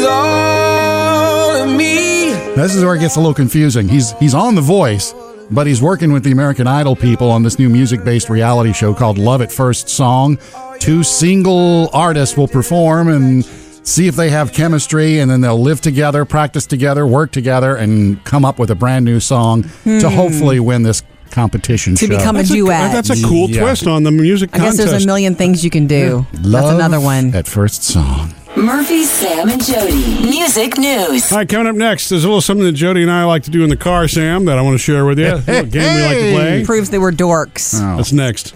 Speaker 3: is where it gets a little confusing. He's he's on The Voice, but he's working with the American Idol people on this new music-based reality show called Love at First Song. Two single artists will perform and see if they have chemistry, and then they'll live together, practice together, work together, and come up with a brand new song to hopefully win this competition
Speaker 2: Hmm. To
Speaker 3: show.
Speaker 2: become a
Speaker 1: That's a,
Speaker 2: duet.
Speaker 1: that's a cool
Speaker 3: Yeah.
Speaker 1: twist on the music
Speaker 2: I guess
Speaker 1: contest.
Speaker 2: there's a million things you can do.
Speaker 3: Love
Speaker 2: That's another one.
Speaker 3: At first song.
Speaker 5: Murphy, Sam, and Jody. Music news.
Speaker 1: All right, coming up next, there's a little something that Jody and I like to do in the car, Sam, that I want to share with you. A little game we like to play.
Speaker 2: Proves they were dorks.
Speaker 1: That's next.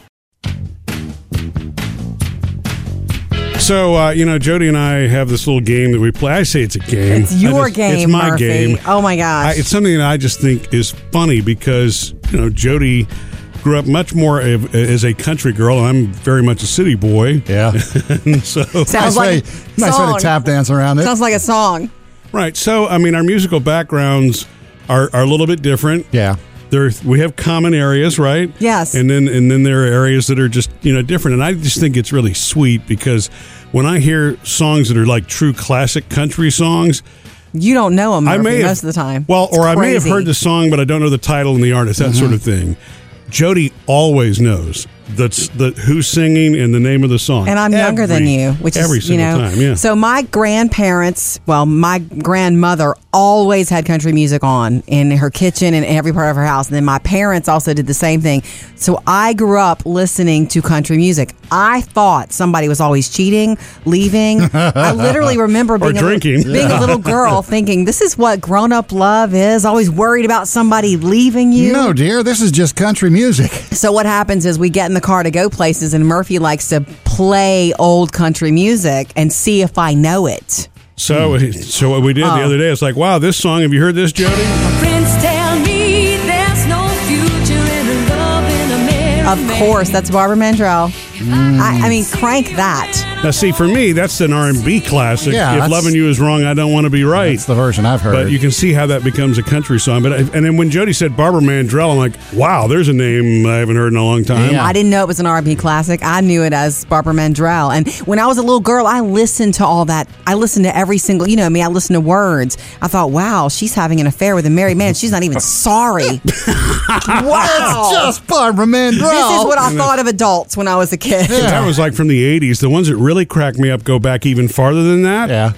Speaker 1: So, uh, you know, Jody and I have this little game that we play. I say it's a game.
Speaker 2: It's your
Speaker 1: I just-
Speaker 2: game,
Speaker 1: It's my
Speaker 2: Murphy.
Speaker 1: game.
Speaker 2: Oh my
Speaker 1: I,
Speaker 2: gosh.
Speaker 1: it's something that I just think is funny because you know Jody grew up much more of, as a country girl, and I'm very much a city boy.
Speaker 3: Yeah.
Speaker 1: And so
Speaker 2: sounds
Speaker 3: nice way,
Speaker 2: like a
Speaker 3: nice way
Speaker 2: song.
Speaker 3: to tap dance around it.
Speaker 2: Sounds like a song.
Speaker 1: right, so I mean, our musical backgrounds are, are a little bit different.
Speaker 3: yeah.
Speaker 1: there we have common areas, right?
Speaker 2: Yes.
Speaker 1: And then and then there are areas that are just you know different. And I just think it's really sweet because when I hear songs that are like true classic country songs,
Speaker 2: You don't know them
Speaker 1: I may have,
Speaker 2: most of the time.
Speaker 1: Well,
Speaker 2: It's
Speaker 1: or I may have
Speaker 2: crazy. Uh-huh.
Speaker 1: heard the song, but I don't know the title and the artist, that sort of thing. Jody always knows that's the who's singing and the name of the song.
Speaker 2: And I'm younger than
Speaker 1: Every-
Speaker 2: you, which
Speaker 1: every
Speaker 2: is
Speaker 1: single
Speaker 2: you know.
Speaker 1: time, yeah.
Speaker 2: So my grandparents, well, my grandmother always had country music on in her kitchen and every part of her house, and then my parents also did the same thing. So I grew up listening to country music. I thought somebody was always cheating, leaving. I literally remember
Speaker 1: Or
Speaker 2: being a
Speaker 1: drinking.
Speaker 2: little, being a little girl, thinking this is what grown up love is. Always worried about somebody leaving you.
Speaker 3: No, dear, this is just country music.
Speaker 2: So what happens is we get in the car to go places, and Murphy likes to play old country music and see if I know it.
Speaker 1: So, so what we did the
Speaker 2: Oh.
Speaker 1: other day, it's like, wow, this song. Have you heard this, Jody?
Speaker 14: Friends tell me there's no future in a love in a marriage.
Speaker 2: Of course, that's Barbara Mandrell. I, I mean, crank that.
Speaker 1: Now, see, for me, that's an R and B classic.
Speaker 2: Yeah,
Speaker 1: if
Speaker 2: that's-
Speaker 1: loving you is wrong, I don't want to be right. That's
Speaker 3: the version I've heard.
Speaker 1: But you can see how that becomes a country song. But I, and then when Jody said Barbara Mandrell, I'm like, wow, there's a name I haven't heard in a long time.
Speaker 2: I didn't know it was an R&B classic. I knew it as Barbara Mandrell. And when I was a little girl, I listened to all that. I listened to every single, you know me, I listened to words. I thought, wow, she's having an affair with a married man. She's not even sorry. wow.
Speaker 3: It's just Barbara Mandrell.
Speaker 2: Oh. This is what I
Speaker 1: And
Speaker 2: thought of adults when I was a kid.
Speaker 1: That was like from the '80s. The ones that really crack me up go back even farther than that.
Speaker 3: Yeah.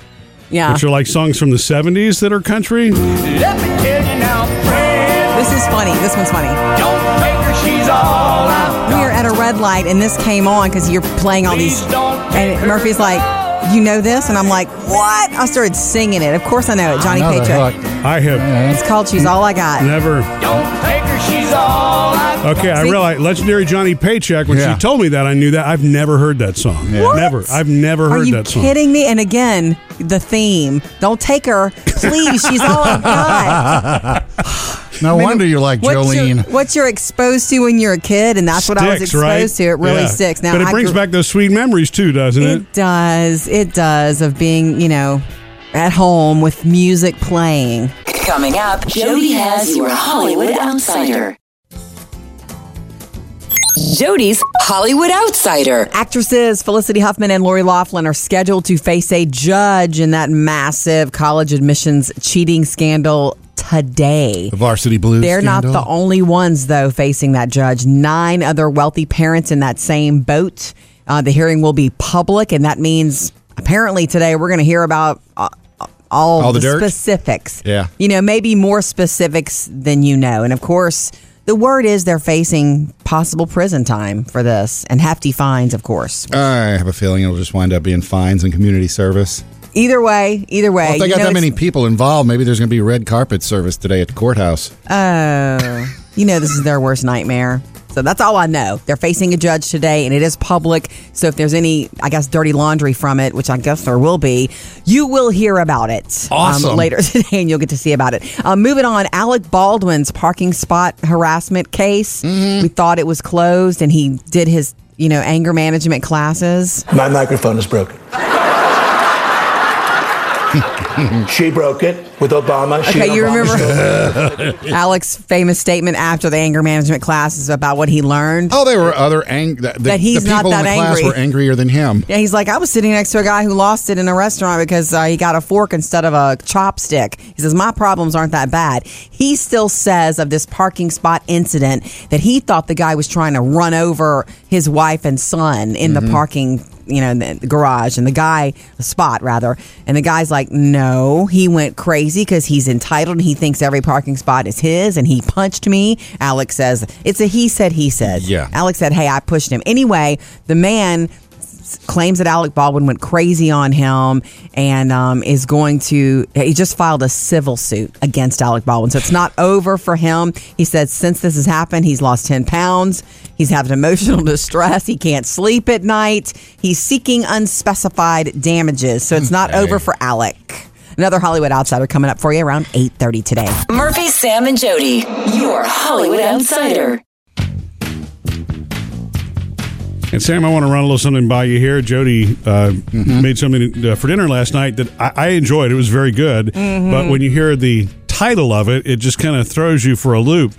Speaker 2: Yeah.
Speaker 1: Which are like songs from the '70s that are country.
Speaker 14: Let me tell you now, friend.
Speaker 2: This is funny. This one's funny.
Speaker 14: Don't take her, she's all I've
Speaker 2: We were at a red light and this came on because you're playing all these. And Murphy's like, You know this? And I'm like, What? I started singing it. Of course I know it. Johnny Paycheck.
Speaker 1: I have.
Speaker 2: It's called She's All I Got.
Speaker 1: Never.
Speaker 14: Take her, she's all I've
Speaker 1: Okay, I
Speaker 2: See?
Speaker 1: realize legendary Johnny Paycheck. When she told me that, I knew that. I've never heard that song.
Speaker 2: What?
Speaker 1: Never. I've never
Speaker 2: Are
Speaker 1: heard
Speaker 2: you
Speaker 1: that song.
Speaker 2: kidding me? And again, the theme. Don't take her. Please. She's all I've got.
Speaker 3: no
Speaker 2: I mean,
Speaker 3: wonder you like
Speaker 2: what
Speaker 3: Jolene.
Speaker 2: You're, what you're exposed to when you're a kid, and that's what I was
Speaker 1: Sticks,
Speaker 2: exposed
Speaker 1: right?
Speaker 2: to. It really
Speaker 1: Yeah.
Speaker 2: sticks. Now
Speaker 1: but it
Speaker 2: I
Speaker 1: brings
Speaker 2: grew-
Speaker 1: back those sweet memories too, doesn't it?
Speaker 2: It does. It does of being, you know, at home with music playing.
Speaker 5: Coming up, Jody has your Hollywood Outsider. Jody's Hollywood Outsider.
Speaker 2: Actresses Felicity Huffman and Lori Laughlin are scheduled to face a judge in that massive college admissions cheating scandal today.
Speaker 3: The Varsity Blues.
Speaker 2: They're not the only ones, though, facing that judge. Nine other wealthy parents in that same boat. Uh, the hearing will be public, and that means apparently today we're going to hear about uh, all,
Speaker 3: All the dirt?
Speaker 2: specifics.
Speaker 3: Yeah.
Speaker 2: You know, maybe more specifics than you know. And of course, the word is they're facing possible prison time for this and hefty fines, of course.
Speaker 15: I have a feeling it'll just wind up being fines and community service.
Speaker 2: Either way, either way.
Speaker 15: Well, if they
Speaker 2: you
Speaker 15: got
Speaker 2: know
Speaker 15: that
Speaker 2: it's-
Speaker 15: many people involved, maybe there's going to be red carpet service today at the courthouse.
Speaker 2: Oh, you know, this is their worst nightmare. So that's all I know. They're facing a judge today and it is public. So if there's any, I guess, dirty laundry from it, which I guess there will be, you will hear about it um,
Speaker 16: Awesome.
Speaker 2: later today and you'll get to see about it. Um, moving on, Alec Baldwin's parking spot harassment case.
Speaker 15: Mm-hmm.
Speaker 2: We thought it was closed and he did his, you know, anger management classes.
Speaker 17: My microphone is broken. she broke it with Obama. She
Speaker 2: Okay,
Speaker 17: and
Speaker 2: you
Speaker 17: Obama still-
Speaker 2: Alec's famous statement after the anger management class is about what he learned.
Speaker 15: Oh, there were other ang- the, the,
Speaker 2: That he's
Speaker 15: the
Speaker 2: not
Speaker 15: people
Speaker 2: that
Speaker 15: in the
Speaker 2: angry.
Speaker 15: class were angrier than him.
Speaker 2: Yeah, he's like, I was sitting next to a guy who lost it in a restaurant because uh, he got a fork instead of a chopstick. He says, My problems aren't that bad. He still says of this parking spot incident that he thought the guy was trying to run over his wife and son in the parking, you know, in the garage and the guy, the spot rather. And the guy's like, No, he went crazy because he's entitled and he thinks every parking spot is his and he punched me. Alex says, It's a he said, he said.
Speaker 15: Yeah.
Speaker 2: Alex said, Hey, I pushed him. Anyway, the man claims that Alec Baldwin went crazy on him and um, is going to. He just filed a civil suit against Alec Baldwin, so it's not over for him. He said since this has happened, he's lost ten pounds. He's having emotional distress. He can't sleep at night. He's seeking unspecified damages, so it's not
Speaker 5: Okay.
Speaker 2: over for Alec. Another Hollywood outsider coming up for you around eight thirty today.
Speaker 5: Murphy, Sam, and Jody, your Hollywood Outsider.
Speaker 1: And Sam, I want to run a little something by you here. Jody uh, made something uh, for dinner last night that I, I enjoyed. It was very good.
Speaker 2: Mm-hmm.
Speaker 18: Mhm.
Speaker 1: But when you hear the title of it, it just kind of throws you for a loop.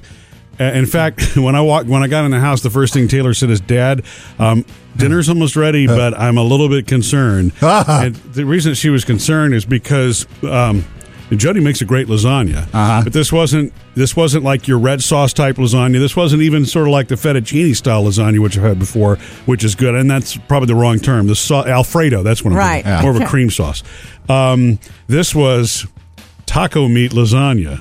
Speaker 1: Uh, in fact, when I walked, when I got in the house, the first thing Taylor said is, "Dad, um, dinner's almost ready, but I'm a little bit concerned." and the reason she was concerned is because um, And Jody makes a great lasagna, uh-huh. but this wasn't this wasn't like your red sauce type lasagna. This wasn't even sort of like the fettuccine style lasagna, which I've had before, which is good. And that's probably the wrong term. The sau- Alfredo, that's what I'm
Speaker 2: Right.
Speaker 1: thinking.
Speaker 2: Yeah.
Speaker 1: more of a cream sauce. Um, this was taco meat lasagna.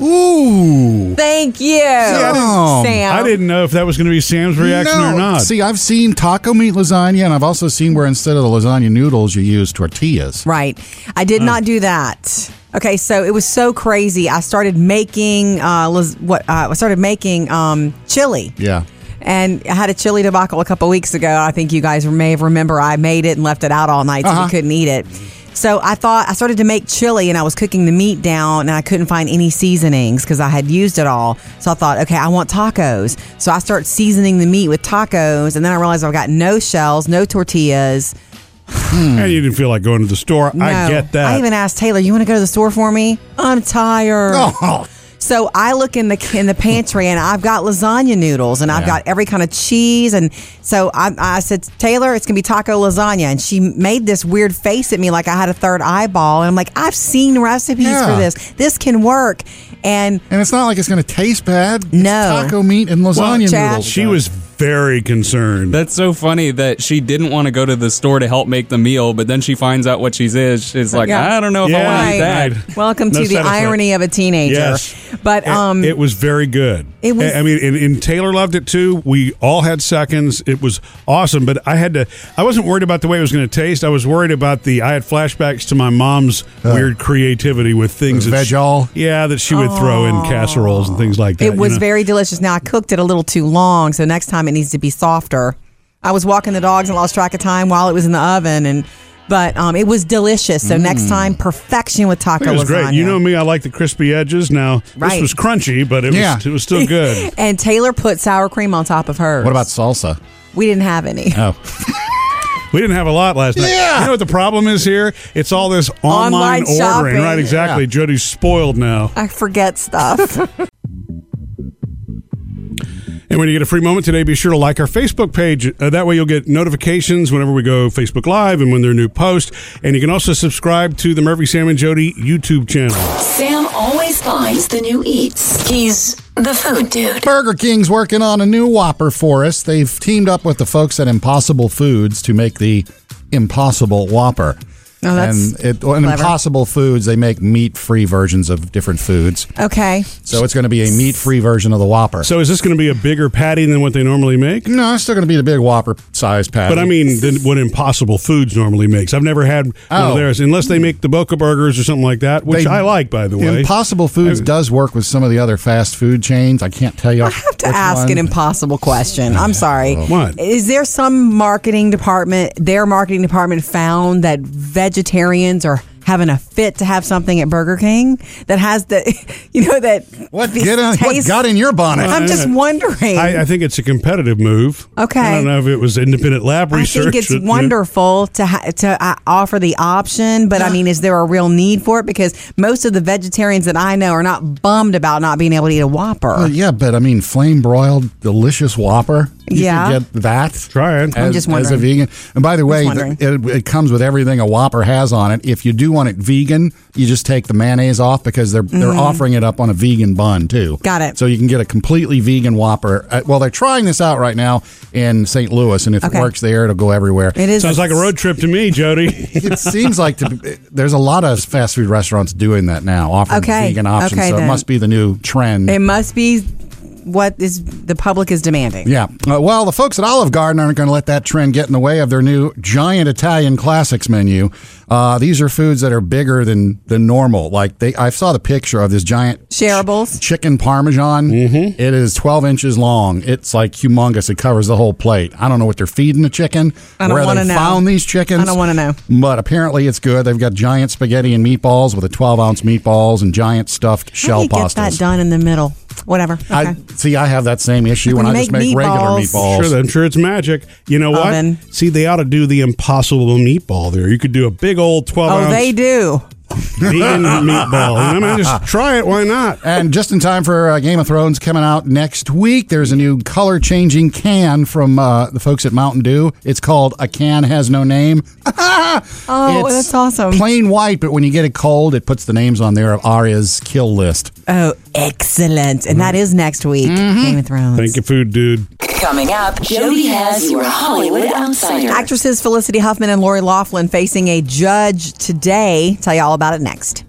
Speaker 1: Ooh.
Speaker 2: Thank you, Sam.
Speaker 1: I didn't know if that was going to be Sam's reaction
Speaker 3: no.
Speaker 1: or not.
Speaker 3: See, I've seen taco meat lasagna, and I've also seen where instead of the lasagna noodles, you use tortillas.
Speaker 2: Right. I did not do that. Okay, so it was so crazy. I started making uh, lis- what uh, I started making um, chili.
Speaker 3: Yeah.
Speaker 2: And I had a chili debacle a couple weeks ago. I think you guys may remember I made it and left it out all night so
Speaker 3: Uh-huh.
Speaker 2: we couldn't eat it. So I thought I started to make chili and I was cooking the meat down and I couldn't find any seasonings because I had used it all. So I thought, okay, I want tacos. So I start seasoning the meat with tacos and then I realized I've got no shells, no tortillas.
Speaker 1: And you didn't feel like going to the store. I
Speaker 2: No.
Speaker 1: get that.
Speaker 2: I even asked Taylor, "You want to go to the store for me? I'm tired."
Speaker 1: Oh.
Speaker 2: So I look in the in the pantry and I've got lasagna noodles and I've
Speaker 3: Yeah.
Speaker 2: got every kind of cheese and so I, I said Taylor it's gonna be taco lasagna and she made this weird face at me like I had a third eyeball and I'm like I've seen recipes
Speaker 3: Yeah.
Speaker 2: for this this can work and
Speaker 3: And it's not like it's going to taste bad.
Speaker 2: No.
Speaker 3: It's taco meat and lasagna noodles.
Speaker 1: She was very concerned.
Speaker 11: That's so funny that she didn't want to go to the store to help make the meal, but then she finds out what she's is. She's like,
Speaker 2: Yeah.
Speaker 11: I don't know if I want to eat that.
Speaker 1: Right.
Speaker 2: welcome
Speaker 1: No
Speaker 2: to the
Speaker 1: satisfaction.
Speaker 2: irony of a teenager
Speaker 1: Yes.
Speaker 2: but
Speaker 1: It-
Speaker 2: um
Speaker 1: it, was very good.
Speaker 2: It was-
Speaker 1: I I mean, and, and Taylor loved it too. We all had seconds. It was awesome. But I had to. I wasn't worried about the way it was going to taste. I was worried about the. I had flashbacks to my mom's weird creativity with things.
Speaker 3: The
Speaker 1: that she-
Speaker 3: veg-all?
Speaker 1: Yeah, that she would throw in casseroles and things like that.
Speaker 2: It
Speaker 1: you
Speaker 2: was
Speaker 1: know?
Speaker 2: very delicious. Now I cooked it a little too long, so next time it needs to be softer. I was walking the dogs and lost track of time while it was in the oven, and but um, it was delicious. So next time, perfection with
Speaker 1: I
Speaker 2: taco
Speaker 1: think Mm. It was
Speaker 2: lasagna.
Speaker 1: great. You know me. I like the crispy edges. Now
Speaker 2: Right.
Speaker 1: this was crunchy, but it
Speaker 3: Yeah.
Speaker 1: was it was still good.
Speaker 2: and Taylor put sour cream on top of hers.
Speaker 3: What about salsa?
Speaker 2: We didn't have any.
Speaker 3: Oh.
Speaker 1: We didn't have a lot last night.
Speaker 2: Yeah.
Speaker 1: You know what the problem is here? It's all this
Speaker 2: Online
Speaker 1: online, ordering,
Speaker 2: shopping.
Speaker 1: right? Exactly.
Speaker 2: Yeah.
Speaker 1: Jody's spoiled now.
Speaker 2: I forget stuff.
Speaker 1: And when you get a free moment today, be sure to like our Facebook page. Uh, that way, you'll get notifications whenever we go Facebook Live and when there are new posts. And you can also subscribe to the Murphy, Sam, and Jody YouTube channel.
Speaker 5: Sam always finds the new eats. He's the food dude.
Speaker 3: Burger King's working on a new Whopper for us. They've teamed up with the folks at Impossible Foods to make the Impossible Whopper.
Speaker 2: Oh, that's
Speaker 3: and it, and
Speaker 2: clever.
Speaker 3: Impossible Foods, they make meat-free versions of different foods.
Speaker 2: okay.
Speaker 3: So it's going to be a meat-free version of the Whopper.
Speaker 1: So, is this going to be a bigger patty than what they normally make?
Speaker 3: no, it's still going to be the big Whopper-sized patty.
Speaker 1: But I mean, than what Impossible Foods normally makes. I've never had one
Speaker 3: Oh.
Speaker 1: of theirs, unless they make the Boca Burgers or something like that, which
Speaker 3: They-
Speaker 1: I like, by the way.
Speaker 3: Impossible Foods does work with some of the other fast food chains. I can't tell you. I have
Speaker 2: to ask an impossible question. I'm sorry.
Speaker 3: What?
Speaker 2: Is there some marketing department, their marketing department found that vegetarians are having a fit to have something at Burger King that has the, you know, that. What,
Speaker 3: get in- what got in your bonnet?
Speaker 2: I'm just wondering.
Speaker 1: I, I think it's a competitive move.
Speaker 2: Okay.
Speaker 1: I don't know if it was independent lab
Speaker 2: I
Speaker 1: research.
Speaker 2: think it's
Speaker 1: that- that-
Speaker 2: wonderful to ha- to uh, offer the option, but I mean, is there a real need for it? Because most of the vegetarians that I know are not bummed about not being able to eat a Whopper.
Speaker 3: Well, Uh, yeah, but I mean, flame broiled, delicious Whopper. You could
Speaker 2: Yeah.
Speaker 3: get that.
Speaker 1: Try
Speaker 3: As,
Speaker 1: it.
Speaker 2: I'm just
Speaker 3: as a
Speaker 2: wondering.
Speaker 3: vegan. And by the way,
Speaker 2: wondering.
Speaker 3: th- it, it comes with everything a Whopper has on it. If you do want it vegan, you just take the mayonnaise off because they're they're
Speaker 2: Mhm.
Speaker 3: offering it up on a vegan bun too.
Speaker 2: Got it.
Speaker 3: So you can get a completely vegan Whopper. Uh, well, they're trying this out right now in St. Louis, and if
Speaker 2: Okay.
Speaker 3: it works there, it'll go everywhere.
Speaker 2: It is- Sounds like a
Speaker 1: road trip to me, Jody.
Speaker 3: it seems like to, be- there's a lot of fast food restaurants doing that now, offering
Speaker 2: Okay.
Speaker 3: vegan options.
Speaker 2: Okay,
Speaker 3: so
Speaker 2: then.
Speaker 3: it must be the new trend.
Speaker 2: It must be what is the public is demanding.
Speaker 3: Yeah. Uh, well, the folks at Olive Garden aren't going to let that trend get in the way of their new giant Italian classics menu. Uh, these are foods that are bigger than than normal. Like they, I saw the picture of this giant
Speaker 2: shareables
Speaker 3: chicken parmesan. Mm-hmm. is 12 inches long. It's like humongous. It covers the whole plate. I don't know what they're feeding the chicken.
Speaker 2: I don't
Speaker 3: where
Speaker 2: wanna
Speaker 3: they
Speaker 2: know.
Speaker 3: found these chickens.
Speaker 2: I don't wanna know.
Speaker 3: But apparently it's good. They've got giant spaghetti and meatballs with a 12 ounce meatballs and giant stuffed
Speaker 2: How do
Speaker 3: shell
Speaker 2: you
Speaker 3: pastas.
Speaker 2: get that done in the middle? Whatever. Okay.
Speaker 3: I see. I have that same issue
Speaker 2: When
Speaker 3: when,
Speaker 2: you
Speaker 3: I just
Speaker 2: make
Speaker 3: make regular
Speaker 2: meatballs.
Speaker 3: meatballs.
Speaker 1: Sure, I'm sure it's magic. You know what?
Speaker 2: Oven.
Speaker 1: See, they ought to do the impossible meatball there. You could do a big old 12
Speaker 2: oh,
Speaker 1: ounce.
Speaker 2: they do.
Speaker 1: Vegan meatball. I mean, just try it. Why not?
Speaker 3: And just in time for uh, Game of Thrones coming out next week, there's a new color changing can from uh, the folks at Mountain Dew. It's called A Can Has No Name.
Speaker 2: Oh,
Speaker 3: It's
Speaker 2: that's awesome.
Speaker 3: Plain white, but when you get it cold, it puts the names on there of Arya's kill list.
Speaker 2: Oh, excellent. And that is next week.
Speaker 3: Mm-hmm.
Speaker 2: Game of Thrones.
Speaker 1: Thank you, food dude.
Speaker 5: Coming up, Jody has your Hollywood Outsider.
Speaker 2: Actresses Felicity Huffman and Lori Laughlin facing a judge today. Tell you all about it next.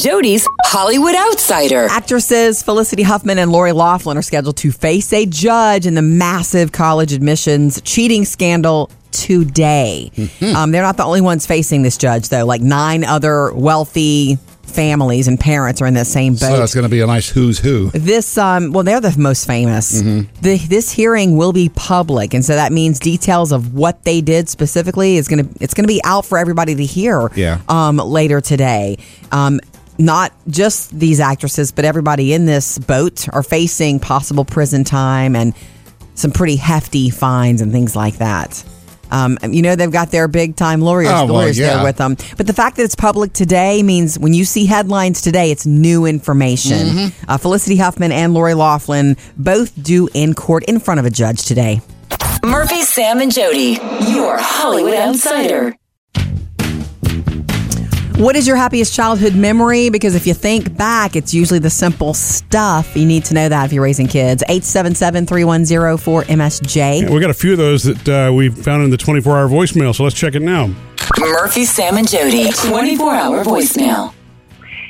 Speaker 5: Jody's Hollywood Outsider.
Speaker 2: Actresses Felicity Huffman and Lori Laughlin are scheduled to face a judge in the massive college admissions cheating scandal today. um, they're not the only ones facing this judge, though. Like nine other wealthy families and parents are in that same boat.
Speaker 15: So it's going to be a nice who's who.
Speaker 2: This, um, well, they're the most famous. The, this hearing will be public, and so that means details of what they did specifically is gonna it's gonna be out for everybody to hear.
Speaker 15: Yeah.
Speaker 2: Um, later today, um, not just these actresses, but everybody in this boat are facing possible prison time and some pretty hefty fines and things like that. Um, you know they've got their big time lawyers,
Speaker 15: Oh, well,
Speaker 2: lawyers there
Speaker 15: yeah.
Speaker 2: with them. But the fact that it's public today means when you see headlines today, it's new information. Uh, Felicity Huffman and Lori Laughlin both due in court in front of a judge today.
Speaker 5: Murphy, Sam, and Jody, your Hollywood Outsider.
Speaker 2: What is your happiest childhood memory? Because if you think back, it's usually the simple stuff. You need to know that if you're raising kids. 877-310-4MSJ.
Speaker 1: Yeah, we got a few of those that uh, we found in the 24 hour voicemail, so let's check it now.
Speaker 5: Murphy, Sam, and Jody, 24 hour voicemail.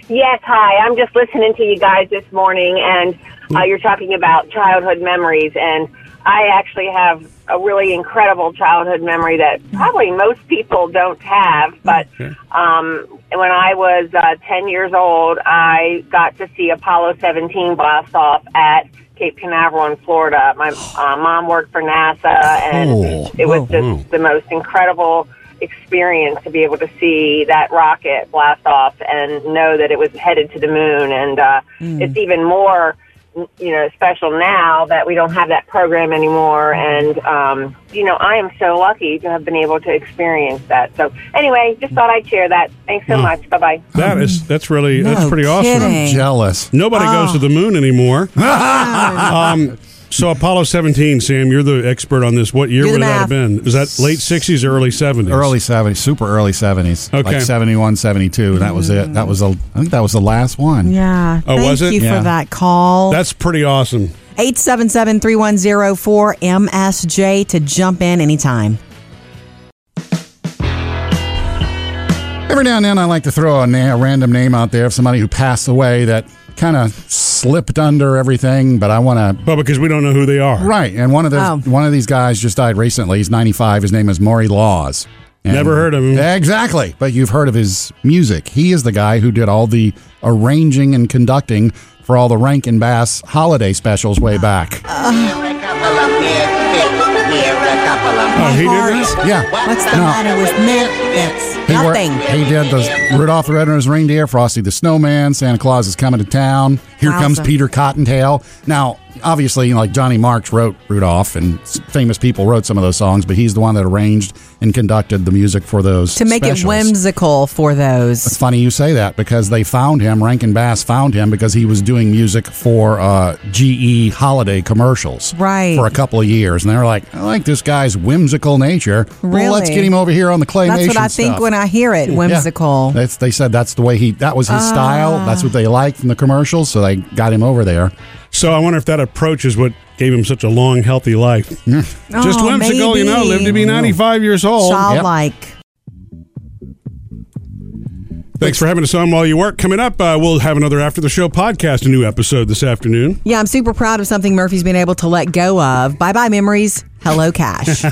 Speaker 16: Yes, hi. I'm just listening to you guys this morning, and uh, you're talking about childhood memories. And I actually have a really incredible childhood memory that probably most people don't have. But um, when I was uh, 10 years old, I got to see Apollo 17 blast off at Cape Canaveral in Florida. My uh, mom worked for NASA, and
Speaker 11: Oh.
Speaker 18: Cool.
Speaker 16: it was
Speaker 18: Wow,
Speaker 16: just
Speaker 18: wow.
Speaker 16: the most incredible experience to be able to see that rocket blast off and know that it was headed to the moon. And uh,
Speaker 18: Mm.
Speaker 16: it's even more, you know, special now that we don't have that program anymore. And um, you know, I am so lucky to have been able to experience that. So anyway, just thought I'd share that. Thanks so
Speaker 1: Mm.
Speaker 16: much. Bye bye.
Speaker 1: That is that's really that's
Speaker 16: No
Speaker 1: pretty awesome.
Speaker 16: kidding. I'm
Speaker 1: jealous. Nobody goes to the moon anymore. um, so Apollo 17, Sam, you're the expert on this. What year
Speaker 3: Do the
Speaker 1: would that have
Speaker 3: math.
Speaker 1: been? Was that late 60s or early 70s?
Speaker 3: Early 70s, super early 70s.
Speaker 1: Okay.
Speaker 3: Like 71, 72. and That was it. That was, a, I think that was the last one.
Speaker 2: Yeah.
Speaker 3: Oh,
Speaker 2: Thank
Speaker 3: was it?
Speaker 2: you
Speaker 3: Yeah.
Speaker 2: for that call.
Speaker 1: That's pretty awesome.
Speaker 2: 877-310-4MSJ to jump in anytime.
Speaker 3: Every now and then, I like to throw a, na- a random name out there of somebody who passed away that kind of slipped under everything, but I want to.
Speaker 1: Well, because we don't know who they are.
Speaker 3: Right, and one of those,
Speaker 1: Oh.
Speaker 3: one of these guys just died recently. He's 95. His name is Maury Laws. And-
Speaker 1: Never heard of him.
Speaker 3: Exactly, but you've heard of his music. He is the guy who did all the arranging and conducting for all the Rankin Bass holiday specials way back.
Speaker 1: Oh, he did that?
Speaker 3: Yeah.
Speaker 2: What's the
Speaker 3: No.
Speaker 2: matter with Memphis?
Speaker 3: He wor-
Speaker 2: Nothing.
Speaker 3: he did the Rudolph the Red-Nosed Reindeer, Frosty the Snowman, Santa Claus is coming to town. Here
Speaker 2: Wowza.
Speaker 3: comes Peter Cottontail. Now, obviously, like Johnny Marks wrote Rudolph, and s- famous people wrote some of those songs, but he's the one that arranged and conducted the music for those.
Speaker 2: To make it
Speaker 3: specials.
Speaker 2: whimsical for those.
Speaker 3: It's funny you say that because they found him. Rankin Bass found him because he was doing music for uh, GE holiday commercials,
Speaker 2: Right.
Speaker 3: For a couple of years, and they were like, "I like this guy's whimsical nature. Well, let's
Speaker 2: Really?
Speaker 3: get him over here on the claymation."
Speaker 2: That's what I think
Speaker 3: stuff."
Speaker 2: when I hear it,
Speaker 3: Yeah.
Speaker 2: whimsical.
Speaker 3: That's, they said that's the way he. That was his style. That's what they liked from the commercials, so they got him over there.
Speaker 1: So I wonder if that approach is what gave him such a long, healthy life. Just
Speaker 2: Oh,
Speaker 1: whimsical, you know,
Speaker 2: maybe.
Speaker 1: lived to be 95 years old.
Speaker 2: Childlike.
Speaker 1: Thanks for having us on while you work. Coming up, uh, we'll have another After the Show podcast, a new episode this afternoon.
Speaker 2: Yeah, I'm super proud of something Murphy's been able to let go of. Bye bye memories. Hello cash.